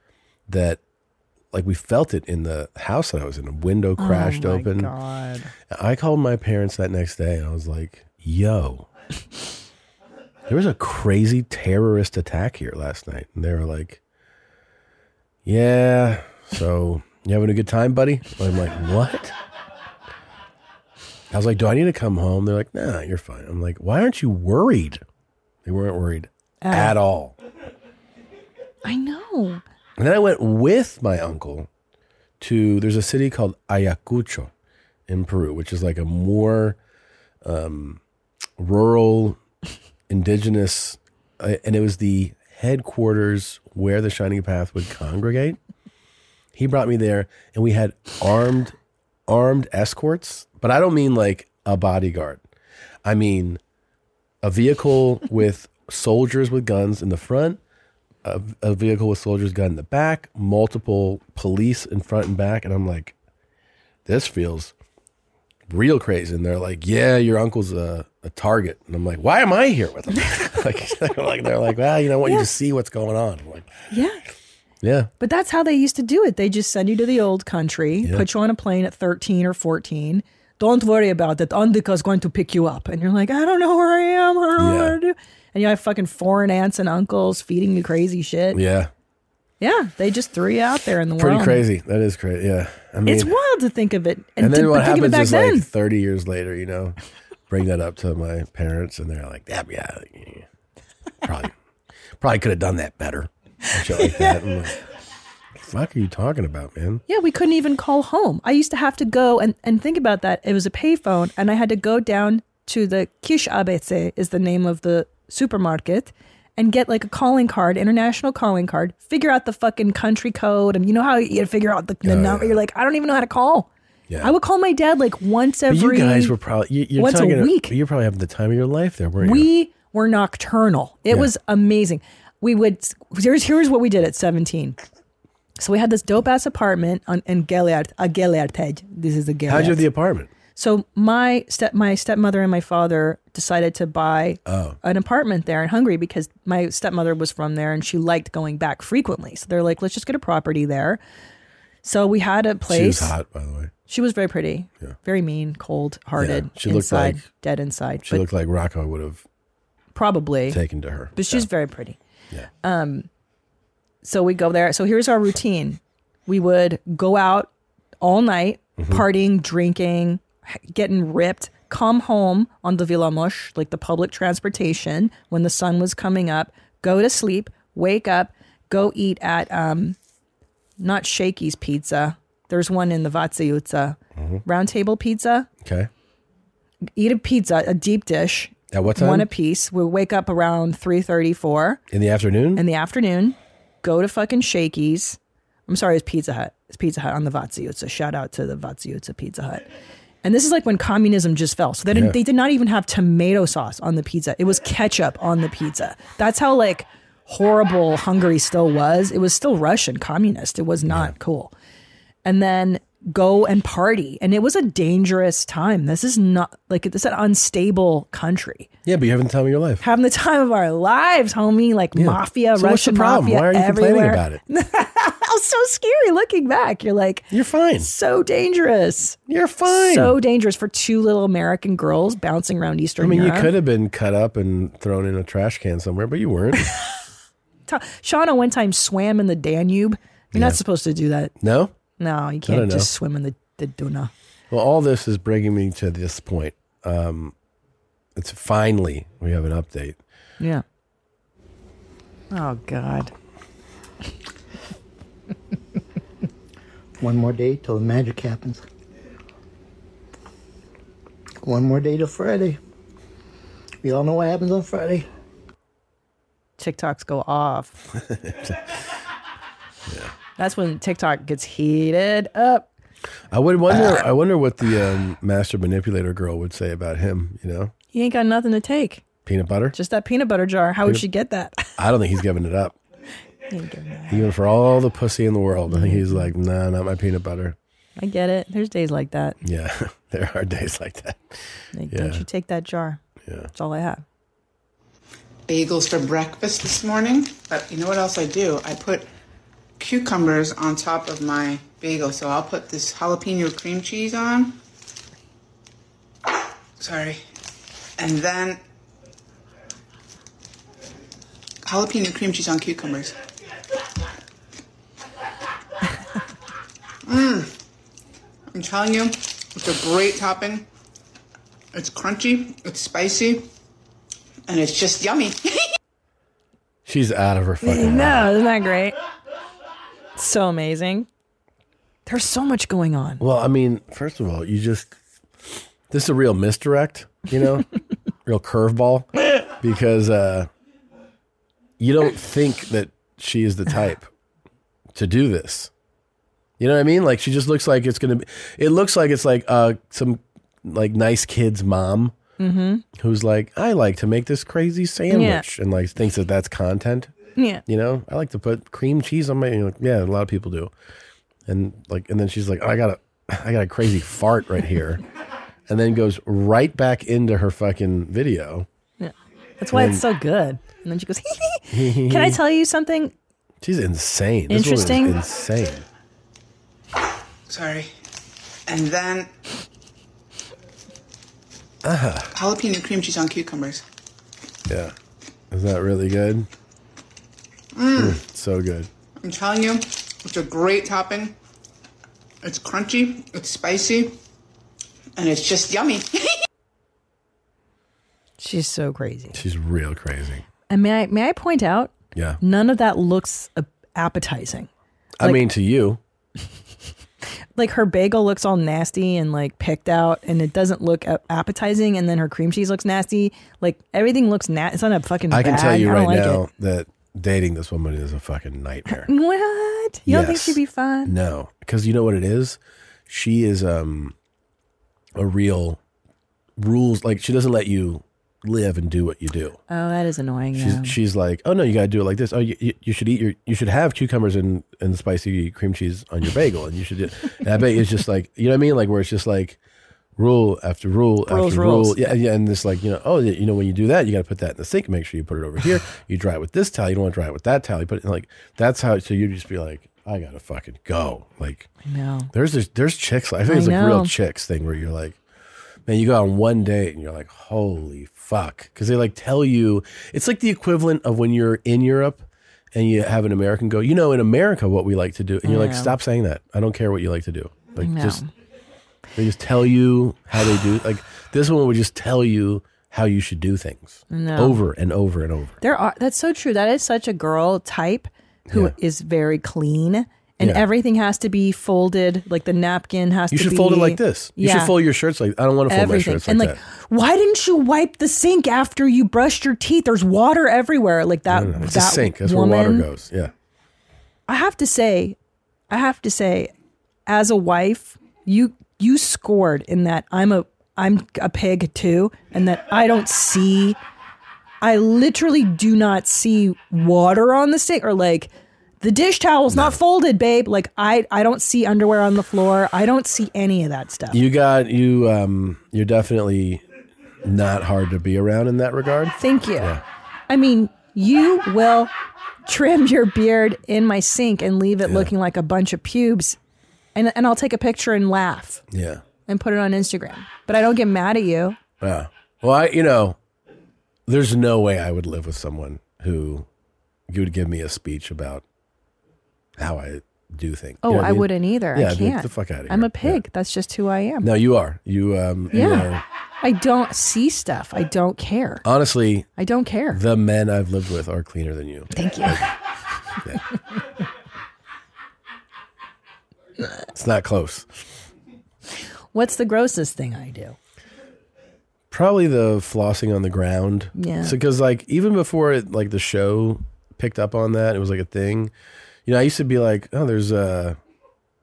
that like we felt it in the house that I was in. A window
Oh
crashed
my
open.
God.
I called my parents that next day and I was like, yo, there was a crazy terrorist attack here last night. And they were like, yeah. So You having a good time, buddy? I'm like, what? I was like, do I need to come home? They're like, nah, you're fine. I'm like, why aren't you worried? They weren't worried
Oh.
at all.
I know.
And then I went with my uncle to there's a city called Ayacucho in Peru, which is like a more um, rural, indigenous, uh, and it was the headquarters where the Shining Path would congregate. He brought me there, and we had armed armed escorts, but I don't mean like a bodyguard. I mean a vehicle with soldiers with guns in the front, a, a vehicle with soldiers gun in the back, multiple police in front and back, and I'm like, this feels real crazy. And they're like, yeah, your uncle's a, a target, and I'm like, why am I here with him? like, they're like, they're like, well, you know, I want you to see what's going on. I'm like,
Yeah.
yeah,
But that's how they used to do it. They just send you to the old country,
Yeah.
put you on a plane at 13 or 14. Don't worry about it. Andika's going to pick you up. And you're like, I don't know where I am. I don't know
Yeah.
what to do. And you have fucking foreign aunts and uncles feeding you crazy shit.
yeah,
Yeah, They just threw you out there in the
pretty
world.
crazy. That is crazy. Yeah, I mean,
it's wild to think of it.
And,
to
then what
think of it
happens
back
is
then.
like 30 years later, you know, bring that up to my parents and they're like, yeah, yeah, yeah. probably, probably could have done that better. And shit like that. I'm like, "The fuck are you talking about, man?
Yeah, we couldn't even call home. I used to have to go and, and think about that. It was a payphone, and I had to go down to the Kish ABC is the name of the supermarket, and get like a calling card, international calling card. Figure out the fucking country code, and you know how you figure out the, the number. You're like, I don't even know how to call.
Oh, Yeah.
I would call my dad like once
But
every.
you guys were probably, you, you're
once a
talking,
week.
You're probably having the time of your life there, weren't you?
we were nocturnal. It
Yeah.
was amazing. We would here's here's what we did at 17. So we had this dope ass apartment on in Geliart, a Geliartej. This is a Geliart.
How'd you have the apartment?
So my step my stepmother and my father decided to buy
Oh.
an apartment there in Hungary because my stepmother was from there and she liked going back frequently. So they're like, let's just get a property there. So we had a place.
She was hot, by the way.
She was very pretty, very mean, cold hearted,
Yeah, she looked
inside,
like-
dead inside.
She
but
looked like Rocco would have
probably
taken to her.
but she's very pretty. Yeah. Um, so we go there. So here's our routine. We would go out all night, partying, drinking, h- getting ripped. Come home on the Villamosh, like the public transportation, when the sun was coming up. Go to sleep. Wake up. Go eat at um, not Shakey's Pizza. There's one in the Vatsiutsa. Round Table Pizza.
Okay.
Eat a pizza, a deep dish.
At what time?
One apiece. We wake up around three thirty four
In the afternoon?
in the afternoon, go to fucking Shakey's. I'm sorry, it's Pizza Hut. It's Pizza Hut on the Vatsiutsa. Shout out to the Vatsiutsa Pizza Hut. And this is like when communism just fell. So they, didn't,
Yeah.
they did not even have tomato sauce on the pizza. It was ketchup on the pizza. That's how like horrible Hungary still was. It was still Russian communist. It was not cool. And then go and party. And it was a dangerous time. This is not like it's an unstable country
yeah, but you're having the time of your life.
having the time of our lives, homie. Like
Yeah.
mafia,
So what's the
Russian
problem?
mafia.
Why are you complaining
everywhere.
about it?
That was so scary looking back. You're like,
you're fine.
So dangerous.
You're fine.
So dangerous for two little American girls bouncing around
I
Eastern
mean, you
Europe.
could have been cut up and thrown in a trash can somewhere, but you weren't.
Ta- Shauna one time swam in the Danube. You're
Yeah.
not supposed to do that.
No?
No, you
don't
can't
know.
just swim in the, the Duna.
Well, all this is bringing me to this point. Um, it's finally we have an update.
Yeah. Oh God.
One more day till the magic happens. One more day till Friday. We all know what happens on Friday.
TikToks go off. That's when TikTok gets heated up.
I would wonder. I wonder what the um, master manipulator girl would say about him. You know,
He ain't got nothing to take.
peanut butter.
Just that peanut butter jar. How would
Peanut-
she get that?
I don't think he's giving it up.
He ain't giving
Even for all the pussy in the world, I think he's like, nah, not my peanut butter.
I get it. There's days like that.
Yeah, there are days like that.
Like,
Yeah.
Don't you take that jar? Yeah. That's all I have.
bagels for breakfast this morning, but you know what else I do? I put cucumbers on top of my bagel. So I'll put this jalapeno cream cheese on. Sorry. And then jalapeno cream cheese on cucumbers.
Mmm. I'm telling you, it's a great topping. It's crunchy, it's spicy, and it's just yummy.
She's out of her fucking.
No, isn't that great? So amazing. There's so much going on.
Well, I mean, first of all, you just this is a real misdirect, you know, real curveball, because uh, you don't think that she is the type to do this. You know what I mean? Like she just looks like it's gonna be. It looks like it's like uh, some like nice kid's mom
Mm-hmm.
who's like, I like to make this crazy sandwich, and like thinks that that's content.
Yeah.
You know, I like to put cream cheese on my. you know, yeah, a lot of people do, and like, and then she's like, I got a, I got a crazy fart right here, and then goes right back into her fucking video.
Yeah. That's why it's so
And-
good. And then she goes, Can I tell you something?
She's insane. This woman is
Interesting.
insane.
Sorry. And then
Uh-huh.
Uh,
jalapeno cream cheese on cucumbers.
yeah, is that really good?
Mmm.
Mm, so good.
I'm telling you, it's a great topping. It's crunchy, it's spicy, and it's just yummy.
She's so crazy.
She's real crazy.
And may I may I point out?
Yeah.
None of that looks uh, appetizing.
I mean, to you,
Like her bagel looks all nasty and like picked out, and it doesn't look a- appetizing. And then her cream cheese looks nasty. Like everything looks nasty. It's on a fucking.
I can
bag.
tell you
I don't
right
like
now
it.
that dating this woman is a fucking nightmare.
What? You don't think
Yes.
she'd be fun?
No, because you know what it is. She is um a real rules like she doesn't let you live and do what you do.
Oh, that is annoying.
She's
Yeah.
she's like, oh no, you gotta do it like this. Oh, you, you, you should eat your you should have cucumbers and and spicy cream cheese on your bagel, and you should. Do, and I bet it's just like you know what I mean, like where it's just like rule after rule
Rules,
after rule,
rules.
yeah, yeah, and this like you know, oh, yeah, you know when you do that, you gotta put that in the sink. Make sure you put it over here. You dry it with this towel. You don't want to dry it with that towel. You put it like that's how. So you just be like, I gotta fucking go. Like
No.
there's this, there's chicks. I think
I
it's like
know.
real chicks thing where you're like, man, you go on one date and you're like, holy fuck, because they like tell you it's like the equivalent of when you're in Europe and you have an American go, you know, in America what we like to do, and you're
I
like,
know.
stop saying that. I don't care what you like to do. Like
No.
just they just tell you how they do. Like this one would just tell you how you should do things
No.
over and over and over.
There are that's so true. That is such a girl type who is very clean and
Yeah.
everything has to be folded. Like the napkin has
You
to
should
be
fold it like this. You
Yeah.
should fold your shirts like I don't want to fold
everything.
my shirts like
and
that.
like, why didn't you wipe the sink after you brushed your teeth? There's water everywhere. Like that.
No, it's a
that
sink. That's
woman,
where water goes. Yeah.
I have to say, I have to say, as a wife, you you scored in that I'm a I'm a pig too, and that I don't see, I literally do not see water on the sink or like the dish towel's not folded, babe. Like I I don't see underwear on the floor. I don't see any of that stuff.
You got you um you're definitely not hard to be around in that regard.
Thank you.
Yeah.
I mean, you will trim your beard in my sink and leave it looking like a bunch of pubes, and and I'll take a picture and laugh.
Yeah.
and put it on Instagram. But I don't get mad at you.
Yeah. Ah. Well, I you know, there's no way I would live with someone who you would give me a speech about how I do things.
Oh,
You know what
I,
mean?
wouldn't either.
Yeah,
I
I'd be like,
can't.
the fuck out of here.
I'm a pig. That's just who I am.
no, you are. You um you
Yeah.
are-
I don't see stuff. I don't care.
honestly
I don't care.
the men I've lived with are cleaner than you.
Thank you.
It's not close.
What's the grossest thing I do?
Probably the flossing on the ground.
Yeah.
So, because like even before it, like the show picked up on that, it was like a thing. You know, I used to be like, oh, there's uh,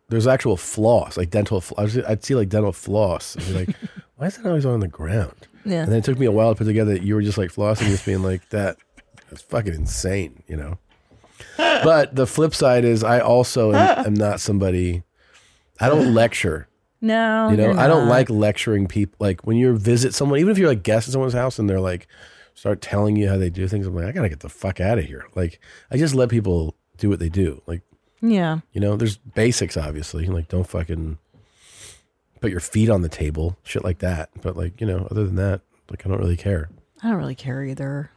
there's actual floss, like dental. Fl- I was, I'd see like dental floss, and be like, why is that always on the ground?
Yeah.
And then it took me a while to put together that you were just like flossing, just being like that. That's fucking insane, you know. But the flip side is, I also am, am not somebody. I don't lecture
No.
you know,
Oh, you're
I don't
not.
like lecturing people. Like when you visit someone, even if you're like guest at someone's house and they're like start telling you how they do things, I'm like, I gotta get the fuck out of here. Like I just let people do what they do. Like
Yeah.
you know, there's basics obviously. Like don't fucking put your feet on the table, shit like that. But like you know, other than that, like I don't really care.
I don't really care either.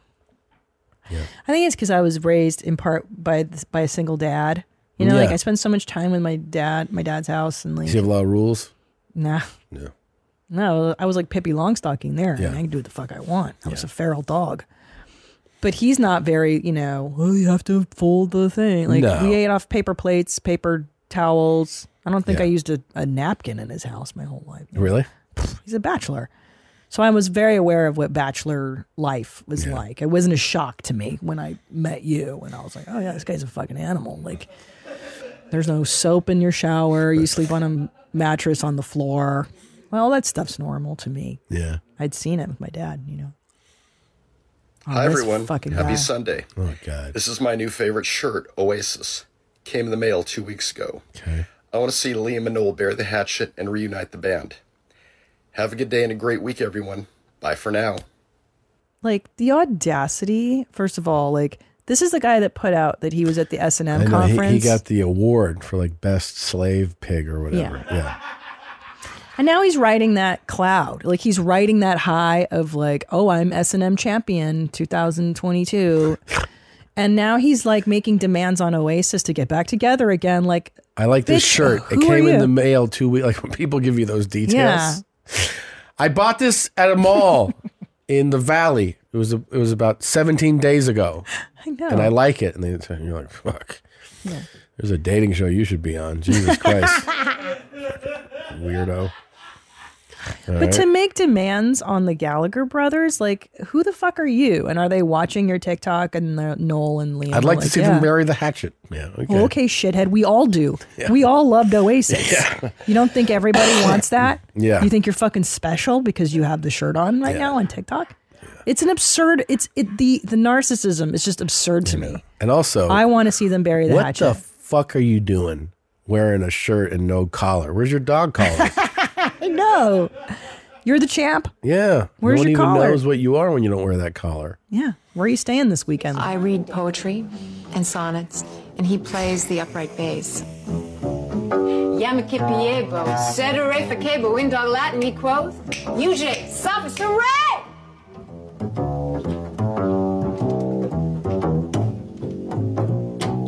I think it's because I was raised in part by this, by a single dad You know, like
Yeah.
I spend so much time with my dad, my dad's house, and like,
Does he have a lot of rules?
nah,
No.
no, I was like Pippi Longstocking there.
Yeah.
And I can do what the fuck I want. I was a feral dog. But he's not very, you know, well, you have to fold the thing. Like,
No.
we ate off paper plates, paper towels. I don't think
Yeah.
I used a, a napkin in his house my whole life.
Really?
He's a bachelor. So I was very aware of what bachelor life was like. It wasn't a shock to me when I met you and I was like, oh, yeah, this guy's a fucking animal. Like, there's no soap in your shower. You sleep on a mattress on the floor. Well, all that stuff's normal to me.
Yeah.
I'd seen it with my dad, you know. Oh,
Hi,
this
everyone.
Fucking
Happy
guy.
Sunday.
Oh, God.
This is my new favorite shirt, Oasis. Came in the mail two weeks ago. Okay. I want to see Liam and Noel bear the hatchet and reunite the band. Have a good day and a great week, everyone. Bye for now.
Like the audacity, first of all, like this is the guy that put out that he was at the S and M
he,
conference.
he got the award for like best slave pig or whatever. Yeah.
And now he's riding that cloud. Like he's riding that high of like, oh, I'm S and M champion 2022. and now he's like making demands on Oasis to get back together again. Like
I like this
Bitch,
shirt. It
who are
came in
you?
the mail two weeks. Like when people give you those details.
Yeah.
I bought this at a mall in the valley. It was it was about 17 days ago.
I know.
And I like it. And, they, and you're like, fuck.
Oh. Yeah.
There's a dating show you should be on. Jesus Christ. Weirdo. All
But to
right.
make demands on the Gallagher brothers, like who the fuck are you? And are they watching your TikTok and the Noel and Liam?
I'd like to see
yeah.
them bury the hatchet. Yeah. Okay.
Well, okay, shithead. We all do.
Yeah.
We all loved Oasis.
Yeah.
You don't think everybody wants that?
Yeah.
You think you're fucking special because you have the shirt on right now on TikTok? It's an absurd. It's it, the the narcissism is just absurd to me.
And also,
I want to see them bury the
what
hatchet.
the fuck are you doing wearing a shirt and no collar? Where's your dog collar?
I know. You're the champ.
yeah.
Where's
no one
your
even
collar?
knows what you are when you don't wear that collar.
Yeah. Where are you staying this weekend?
I read poetry and sonnets, and he plays the upright bass.
Yamakipiebo, sedere facebo, in dog Latin me quoth, UJ, sub, surrey!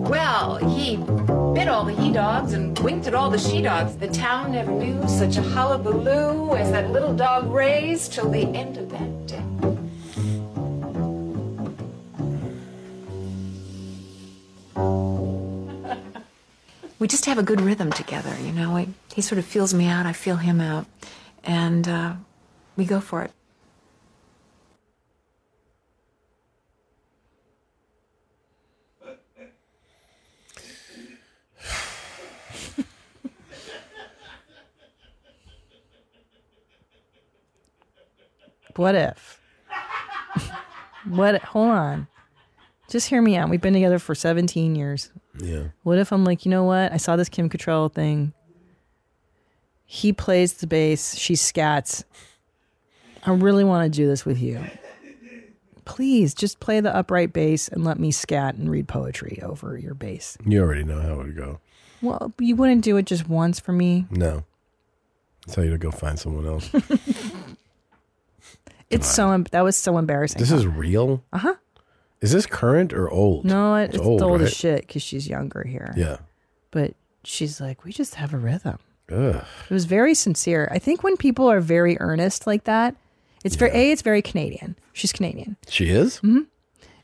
Well, he bit all the he dogs and winked at all the she dogs. The town never knew such a hullabaloo as that little dog raised till the end of that day. We just have a good rhythm together, you know. He, he sort of feels me out, I feel him out, and uh, we go for it.
What if? what? Hold on. Just hear me out. We've been together for 17 years.
Yeah.
What if I'm like, you know what? I saw this Kim Cattrall thing. He plays the bass. She scats. I really want to do this with you. Please just play the upright bass and let me scat and read poetry over your bass.
You already know how it would go.
Well, you wouldn't do it just once for me.
No. I tell you to go find someone else.
It's so em- that was so embarrassing.
this is real?
uh huh.
Is this current or old?
No, it- it's, the old
right?
as shit because she's younger here.
Yeah.
But she's like, we just have a rhythm.
Ugh.
It was very sincere. I think when people are very earnest like that, it's very a. It's very Canadian. She's Canadian.
She is?
Mm-hmm.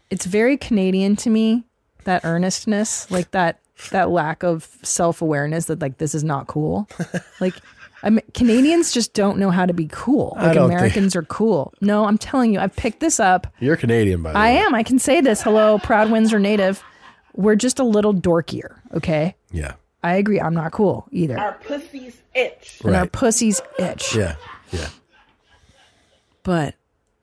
It's very Canadian to me that earnestness, like that that lack of self awareness that like this is not cool. like I mean, Canadians just don't know how to be cool.
I
Like
don't think-
Americans are cool. No, I'm telling you, I've picked this up.
You're Canadian, by the
I
way.
am. I can say this. Hello, proud Windsor native. We're just a little dorkier. Okay.
Yeah.
I agree. I'm not cool either.
Our pussies itch.
and our pussies itch.
Yeah. Yeah.
But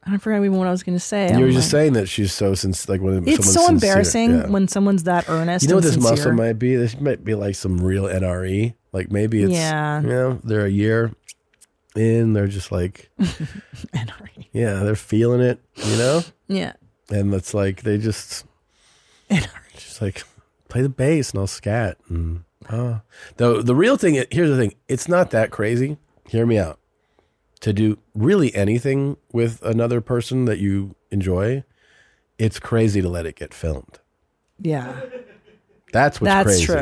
I don't forget even what I was going to say.
you were
I'm
just
like-
saying that she's so since like when
Oh It's
someone's
so
sincere.
embarrassing
Yeah.
when someone's that earnest.
You know what
and
this
sincere.
muscle might be? This might be like some real NRE. Like maybe it's
Yeah.
you know, they're a year in, they're just like NRE. Yeah, they're feeling it, you know?
Yeah.
And it's like they just just like play the bass and I'll scat and oh the the real thing here's the thing, it's not that crazy. Hear me out. To do really anything with another person that you enjoy, it's crazy to let it get filmed.
Yeah.
That's what's
That's
crazy.
true.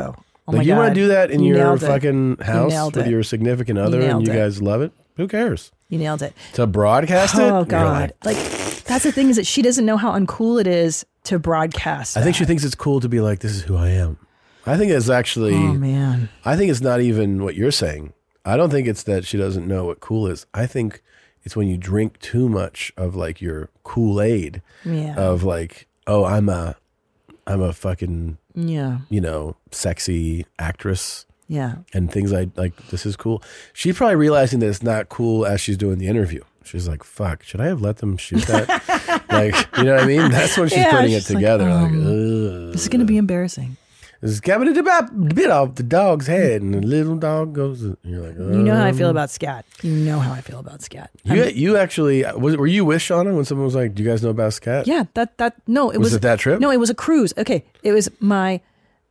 Oh
like
my
you
God.
want to do that in
You
your
nailed it.
fucking
You
house
nailed
with
it.
your significant other,
nailed
and you
it.
guys love it. Who cares?
You nailed it.
To broadcast it?
Oh
You're
God!
like,
Like that's the thing is that she doesn't know how uncool it is to broadcast.
I think she thinks it's cool to be like, "This is who I am." I think it's actually.
Oh, man.
I think it's not even what you're saying. I don't think it's that she doesn't know what cool is. I think it's when you drink too much of like your Kool Aid.
Yeah.
Of like, oh, I'm a, I'm a fucking
Yeah.
you know, sexy actress.
Yeah.
And things I like. This is cool. She's probably realizing that it's not cool as she's doing the interview. She's like, "Fuck, should I have let them shoot that?" like, you know what I mean? That's when she's
Yeah,
putting
she's
it
like,
together. Like,
um,
"Ugh."
This is going to be embarrassing.
It's coming to bit, bit off the dog's head, and the little dog goes. And you're like,
You know how I feel
um,
about scat. You know how I feel about scat.
you. You actually was, were you with Shauna when someone was like, "Do you guys know about Scat?"
Yeah, that that no, it
Was
was,
it that trip?
No, it was a cruise. Okay, it was my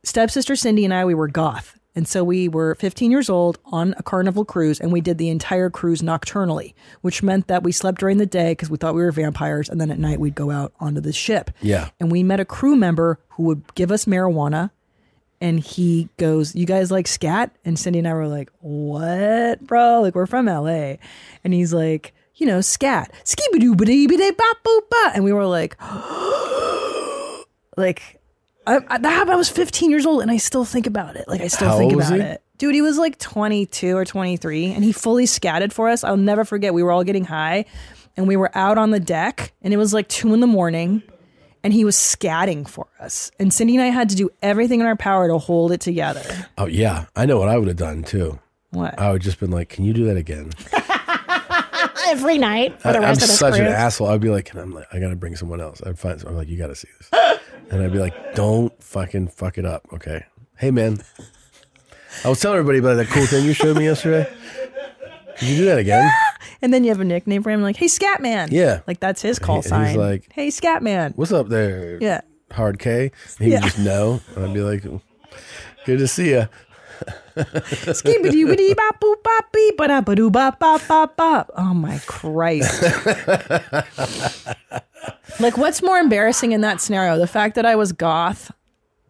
stepsister Cindy and I. We were goth, and so we were 15 years old on a Carnival cruise, and we did the entire cruise nocturnally, which meant that we slept during the day because we thought we were vampires, and then at night we'd go out onto the ship.
Yeah.
and we met a crew member who would give us marijuana. And he goes, You guys like scat? And Cindy and I were like, What, bro? Like, we're from LA. And he's like, You know, scat. Skibidoo bidee bidee bop boop bop. And we were like, Like, I, I, that happened. I was 15 years old and I still think about it. Like, I still
How
think
old was
about
he?
it. Dude, he was like 22 or 23 and he fully scatted for us. I'll never forget. We were all getting high and we were out on the deck and it was like two in the morning and he was scatting for us. And Cindy and I had to do everything in our power to hold it together.
Oh yeah, I know what I would have done too.
What?
I would just been like, "Can you do that again?"
Every night
I, am such an asshole. I'd be like, "Can I'm like, I gotta bring someone else. I'd find. I'm like, you gotta see this, and I'd be like, "Don't fucking fuck it up, okay? Hey man, I was telling everybody about that cool thing you showed me yesterday. Could you do that again?
And then you have a nickname for him, like, hey, Scatman.
Yeah.
Like, that's his call
He- he's
sign.
like-
hey, Scatman.
What's up there?
Yeah.
hard K. And he
Yeah.
would just know, and I'd be like, "Good to see you."
Skibidi bidi bop boop bop beep ba da ba doo bop bop bop bop. Oh my Christ. like, what's more embarrassing in that scenario? The fact that I was goth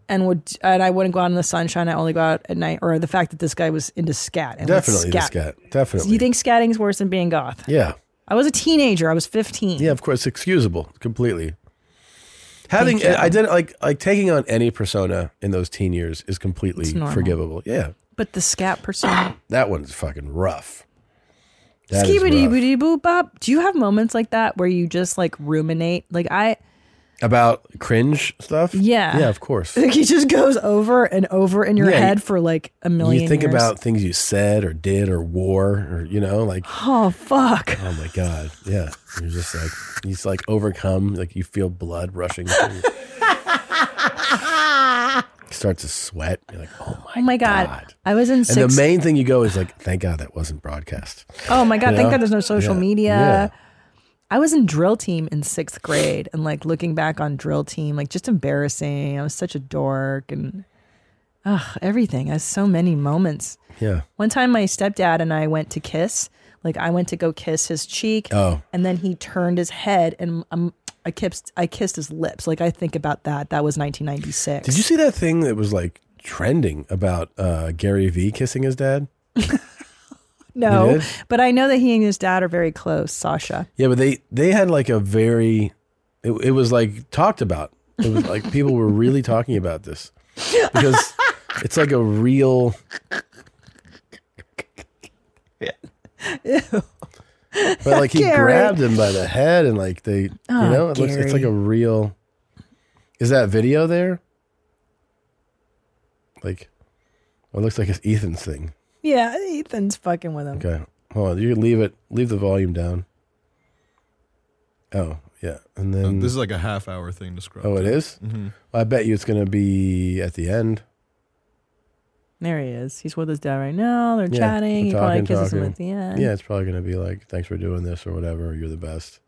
and would and I wouldn't go out in the sunshine. I only go out at night, or the fact that this guy was into scat. And would
Definitely the
scat.
scat. Definitely.
You think scatting's worse than being goth?
Yeah.
I was a teenager. I was 15.
Yeah, of course, excusable completely. Having
Thank you.
I did like like taking on any persona in those teen years is completely
It's normal.
forgivable. Yeah,
But the scat persona.
that one's fucking rough. That is
Skibidi
rough.
bidi boop bop. Do you have moments like that where you just like ruminate? Like I,
About cringe stuff.
Yeah.
yeah, of course.
like it just goes over and over in your
Yeah,
head
you-
for like a million.
You think
years.
about things you said or did or wore or you know like
Oh fuck!
oh my god yeah you're just like you just like overcome like you feel blood rushing through. you start to sweat you're like oh
oh my god. I was in
and
six.
the main thing you go is like thank god that wasn't broadcast
oh my god!
You
Thank
know?
God there's no social
Yeah.
media.
Yeah.
I was in drill team in sixth grade, and like looking back on drill team, like just embarrassing. I was such a dork, and ugh, everything. I had so many moments.
Yeah.
One time, my stepdad and I went to kiss. Like I went to go kiss his cheek.
Oh.
And then he turned his head, and um, I kissed. I kissed his lips. Like I think about that. That was 1996.
Did you see that thing that was like trending about uh, Gary Vee kissing his dad? You
No,
did?
but I know that he and his dad are very close, Sasha.
Yeah, but they they had like a very it, it was like talked about. It was like people were really talking about this because it's like a real but like he
Gary.
grabbed him by the head and like they
Oh,
you know it looks, it's like
Gary.
a real is that video there like well, it looks like it's Ethan's thing
Yeah, Ethan's fucking with him.
Okay. Hold on. You can leave it. Leave the volume down. Oh, yeah. And
Mm.
then.
Uh, this is like a half hour thing to scroll.
Oh, it is?
Mhm.
Well, I bet you it's going to be at the end.
There he is. He's with his dad right now. They're
Yeah,
chatting.
we're
He probably
talking,
kisses him
talking.
at the end.
Yeah, it's probably going to be like, thanks for doing this or whatever. You're the best.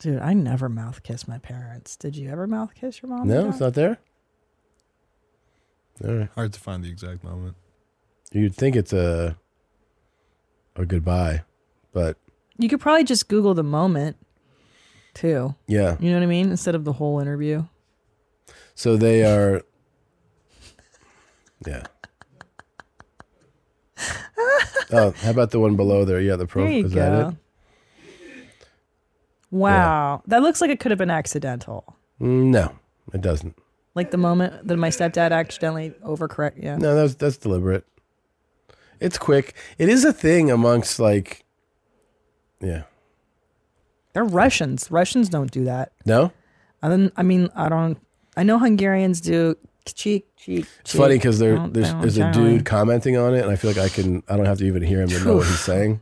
Dude, I never mouth kiss my parents. Did you ever mouth kiss your mom? and
no,
dad?
it's not there. All right.
Hard to find the exact moment.
You'd think it's a a goodbye, but
You could probably just Google the moment, too.
yeah. Oh,
You know what I mean? Instead of the whole interview.
So they are Yeah. oh, how about the one below there? Yeah, the
There
profile.
you
Is that it?
Wow. That looks like it could have been accidental.
Mm, No, it doesn't.
Like the moment that my stepdad accidentally overcorrect. Yeah.
No, that's that's deliberate. It's quick. It is a thing amongst like, yeah.
They're Russians. Russians don't do that.
No,
I don't, I mean, I don't. I know Hungarians do. Cheek, cheek.
it's funny because there there's, there's a dude commenting on it, and I feel like I can I don't have to even hear him to know what he's saying.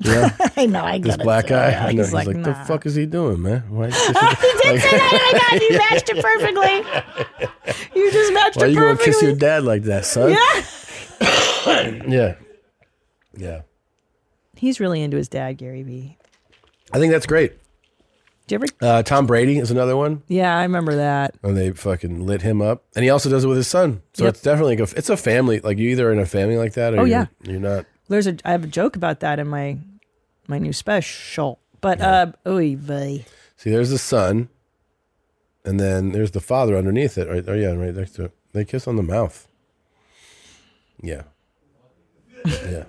Yeah,
I know. I
this
got it.
black guy.
Yeah,
I know.
he's
He's
like,
like, the
nah."
fuck is he doing, man? Why is
he did say that. Oh my God, you
Yeah,
matched it
yeah,
perfectly. You just matched
Why
it
you gonna
perfectly.
kiss your dad like that, son?
yeah.
yeah, yeah.
He's really into his dad, Gary Vee.
I think that's great.
Do you ever?
Uh, Tom Brady is another one,
Yeah, I remember that.
and they fucking lit him up, and he also does it with his son. So
Yep.
it's definitely like a, it's a family. Like you either in a family like that, or
Oh,
you're,
yeah.
you're not.
There's a I have a joke about that in my my new special. But uh oy vey.
See, there's the son, and then there's the father underneath it, right there. Yeah, right next to it. They kiss on the mouth. Yeah. Yeah.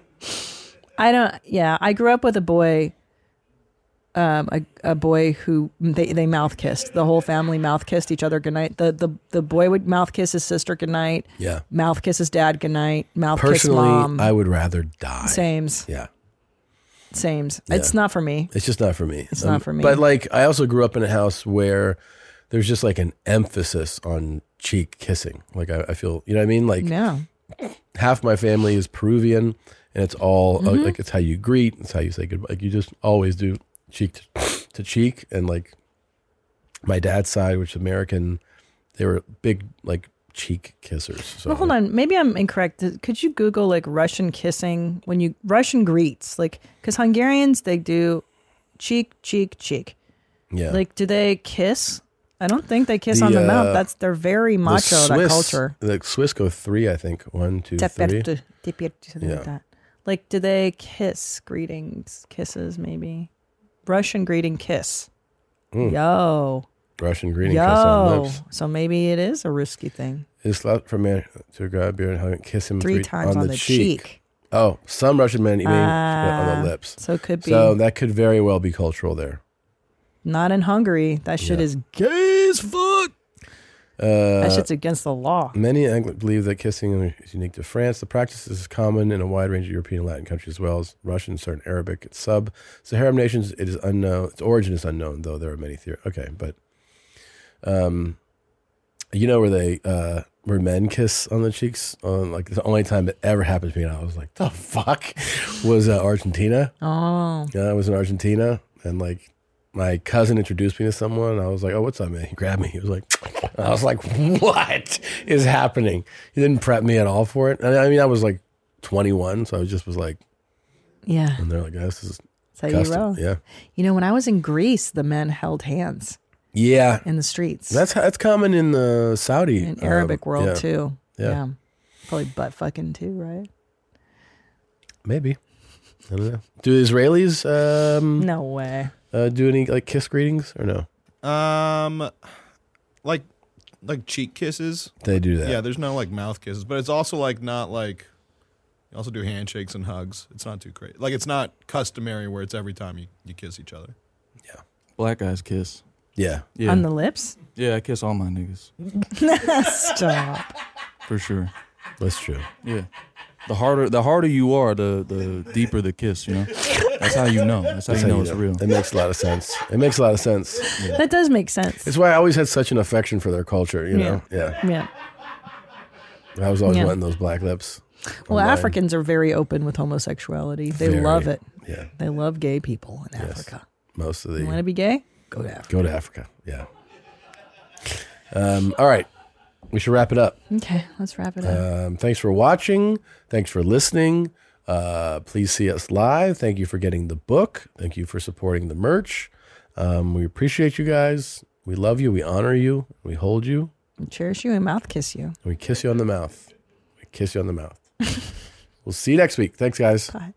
I don't yeah, I grew up with a boy um a, a boy who they, they mouth kissed. The whole family mouth kissed each other goodnight. The the the boy would mouth kiss his sister goodnight.
Yeah.
Mouth kiss his dad goodnight. Mouth
Personally,
kiss mom.
I would rather die.
Sames.
Yeah.
Sames.
Yeah.
It's not for me.
It's just not for me. Um,
It's not for me.
But like, I also grew up in a house where there's just like an emphasis on cheek kissing. Like, I, I feel, you know what I mean? Like,
No.
half my family is Peruvian, and it's all uh,
Mhm.
like it's how you greet, it's how you say goodbye. Like you just always do cheek to, to cheek, and like my dad's side, which is American, they were big like cheek kissers. So
Well, hold on. Maybe I'm incorrect. Could you Google like Russian kissing when you Russian greets? Like, because Hungarians they do cheek, cheek, cheek.
Yeah.
Like, do they kiss? I don't think they kiss
The,
on the mouth.
uh,
That's they're very
The
macho that
Swiss-
culture.
The Swiss go three, I think. One, two, three.
Tepertu- tepertu, something
Yeah.
Like that. Like, do they kiss? Greetings, kisses, maybe. Russian greeting, kiss.
Mm.
Yo,
Russian greeting
yo.
kiss on lips.
So maybe it is a risky thing.
It's left for man to grab beer and hug and kiss him
Three
three,
times on the cheek.
Oh, some Russian men even
Ah,
on the lips.
so it could
So
be-
that could very well be cultural there.
Not in Hungary. That shit
Yeah.
is gay as fuck.
Uh, Mm.
That shit's against the law.
Many Anglo- believe that kissing is unique to France. The practice is common in a wide range of European and Latin countries, as well as Russian, certain Arabic, and sub Saharan nations. It is unknown. Its origin is unknown, though there are many theories. Okay, but um, you know where they uh, where men kiss on the cheeks? On like the only time it ever happened to me, and I was like, the fuck was uh, Argentina.
Oh.
Yeah, I was in Argentina, and like my cousin introduced me to someone. And I was like, "Oh, what's up, man?" He grabbed me. He was like, and "I was like, what is happening?" He didn't prep me at all for it. And I mean, I was like 21, so I just was like,
Yeah.
and they're like, "This is
So you
custom."
roll.
Yeah,
You know, when I was in Greece, the men held hands
yeah.
in the streets.
That's that's common in the Saudi
in Arabic
um,
world
yeah.
too.
Yeah,
Probably butt fucking too, right?
maybe. I don't know. Do Israelis um,
No way.
uh, do any like kiss greetings or no?
Um, like like cheek kisses.
They do that.
Yeah, there's no like mouth kisses, but it's also like not like. You also do handshakes and hugs. It's not too crazy. Like it's not customary where it's every time you, you kiss each other.
Black guys kiss.
Yeah.
Yeah.
On the lips?
yeah, I kiss all my niggas
Stop.
for sure.
That's true.
Yeah. The harder the harder you are, the the deeper the kiss. You know. That's how you know. That's how you know it's real.
It makes a lot of sense. It makes a lot of sense. Yeah.
That does make sense.
It's why I always had such an affection for their culture, you know? Yeah.
Yeah.
I was always
Yeah.
wanting those black lips.
Well,
online.
Africans are very open with homosexuality. They
Very,
love it.
yeah.
They love gay people in Africa.
Most of the.
You want to be gay? Go to Africa.
Go to Africa. Yeah. Um, all right. We should wrap it up.
Okay, let's wrap it up.
Um, thanks for watching. Thanks for listening. Uh, please see us live. Thank you for getting the book. Thank you for supporting the merch. Um, we appreciate you guys. We love you. We honor you. We hold you.
Cherish you and mouth kiss you.
And we kiss you on the mouth. We kiss you on the mouth. we'll see you next week. Thanks, guys.
Bye.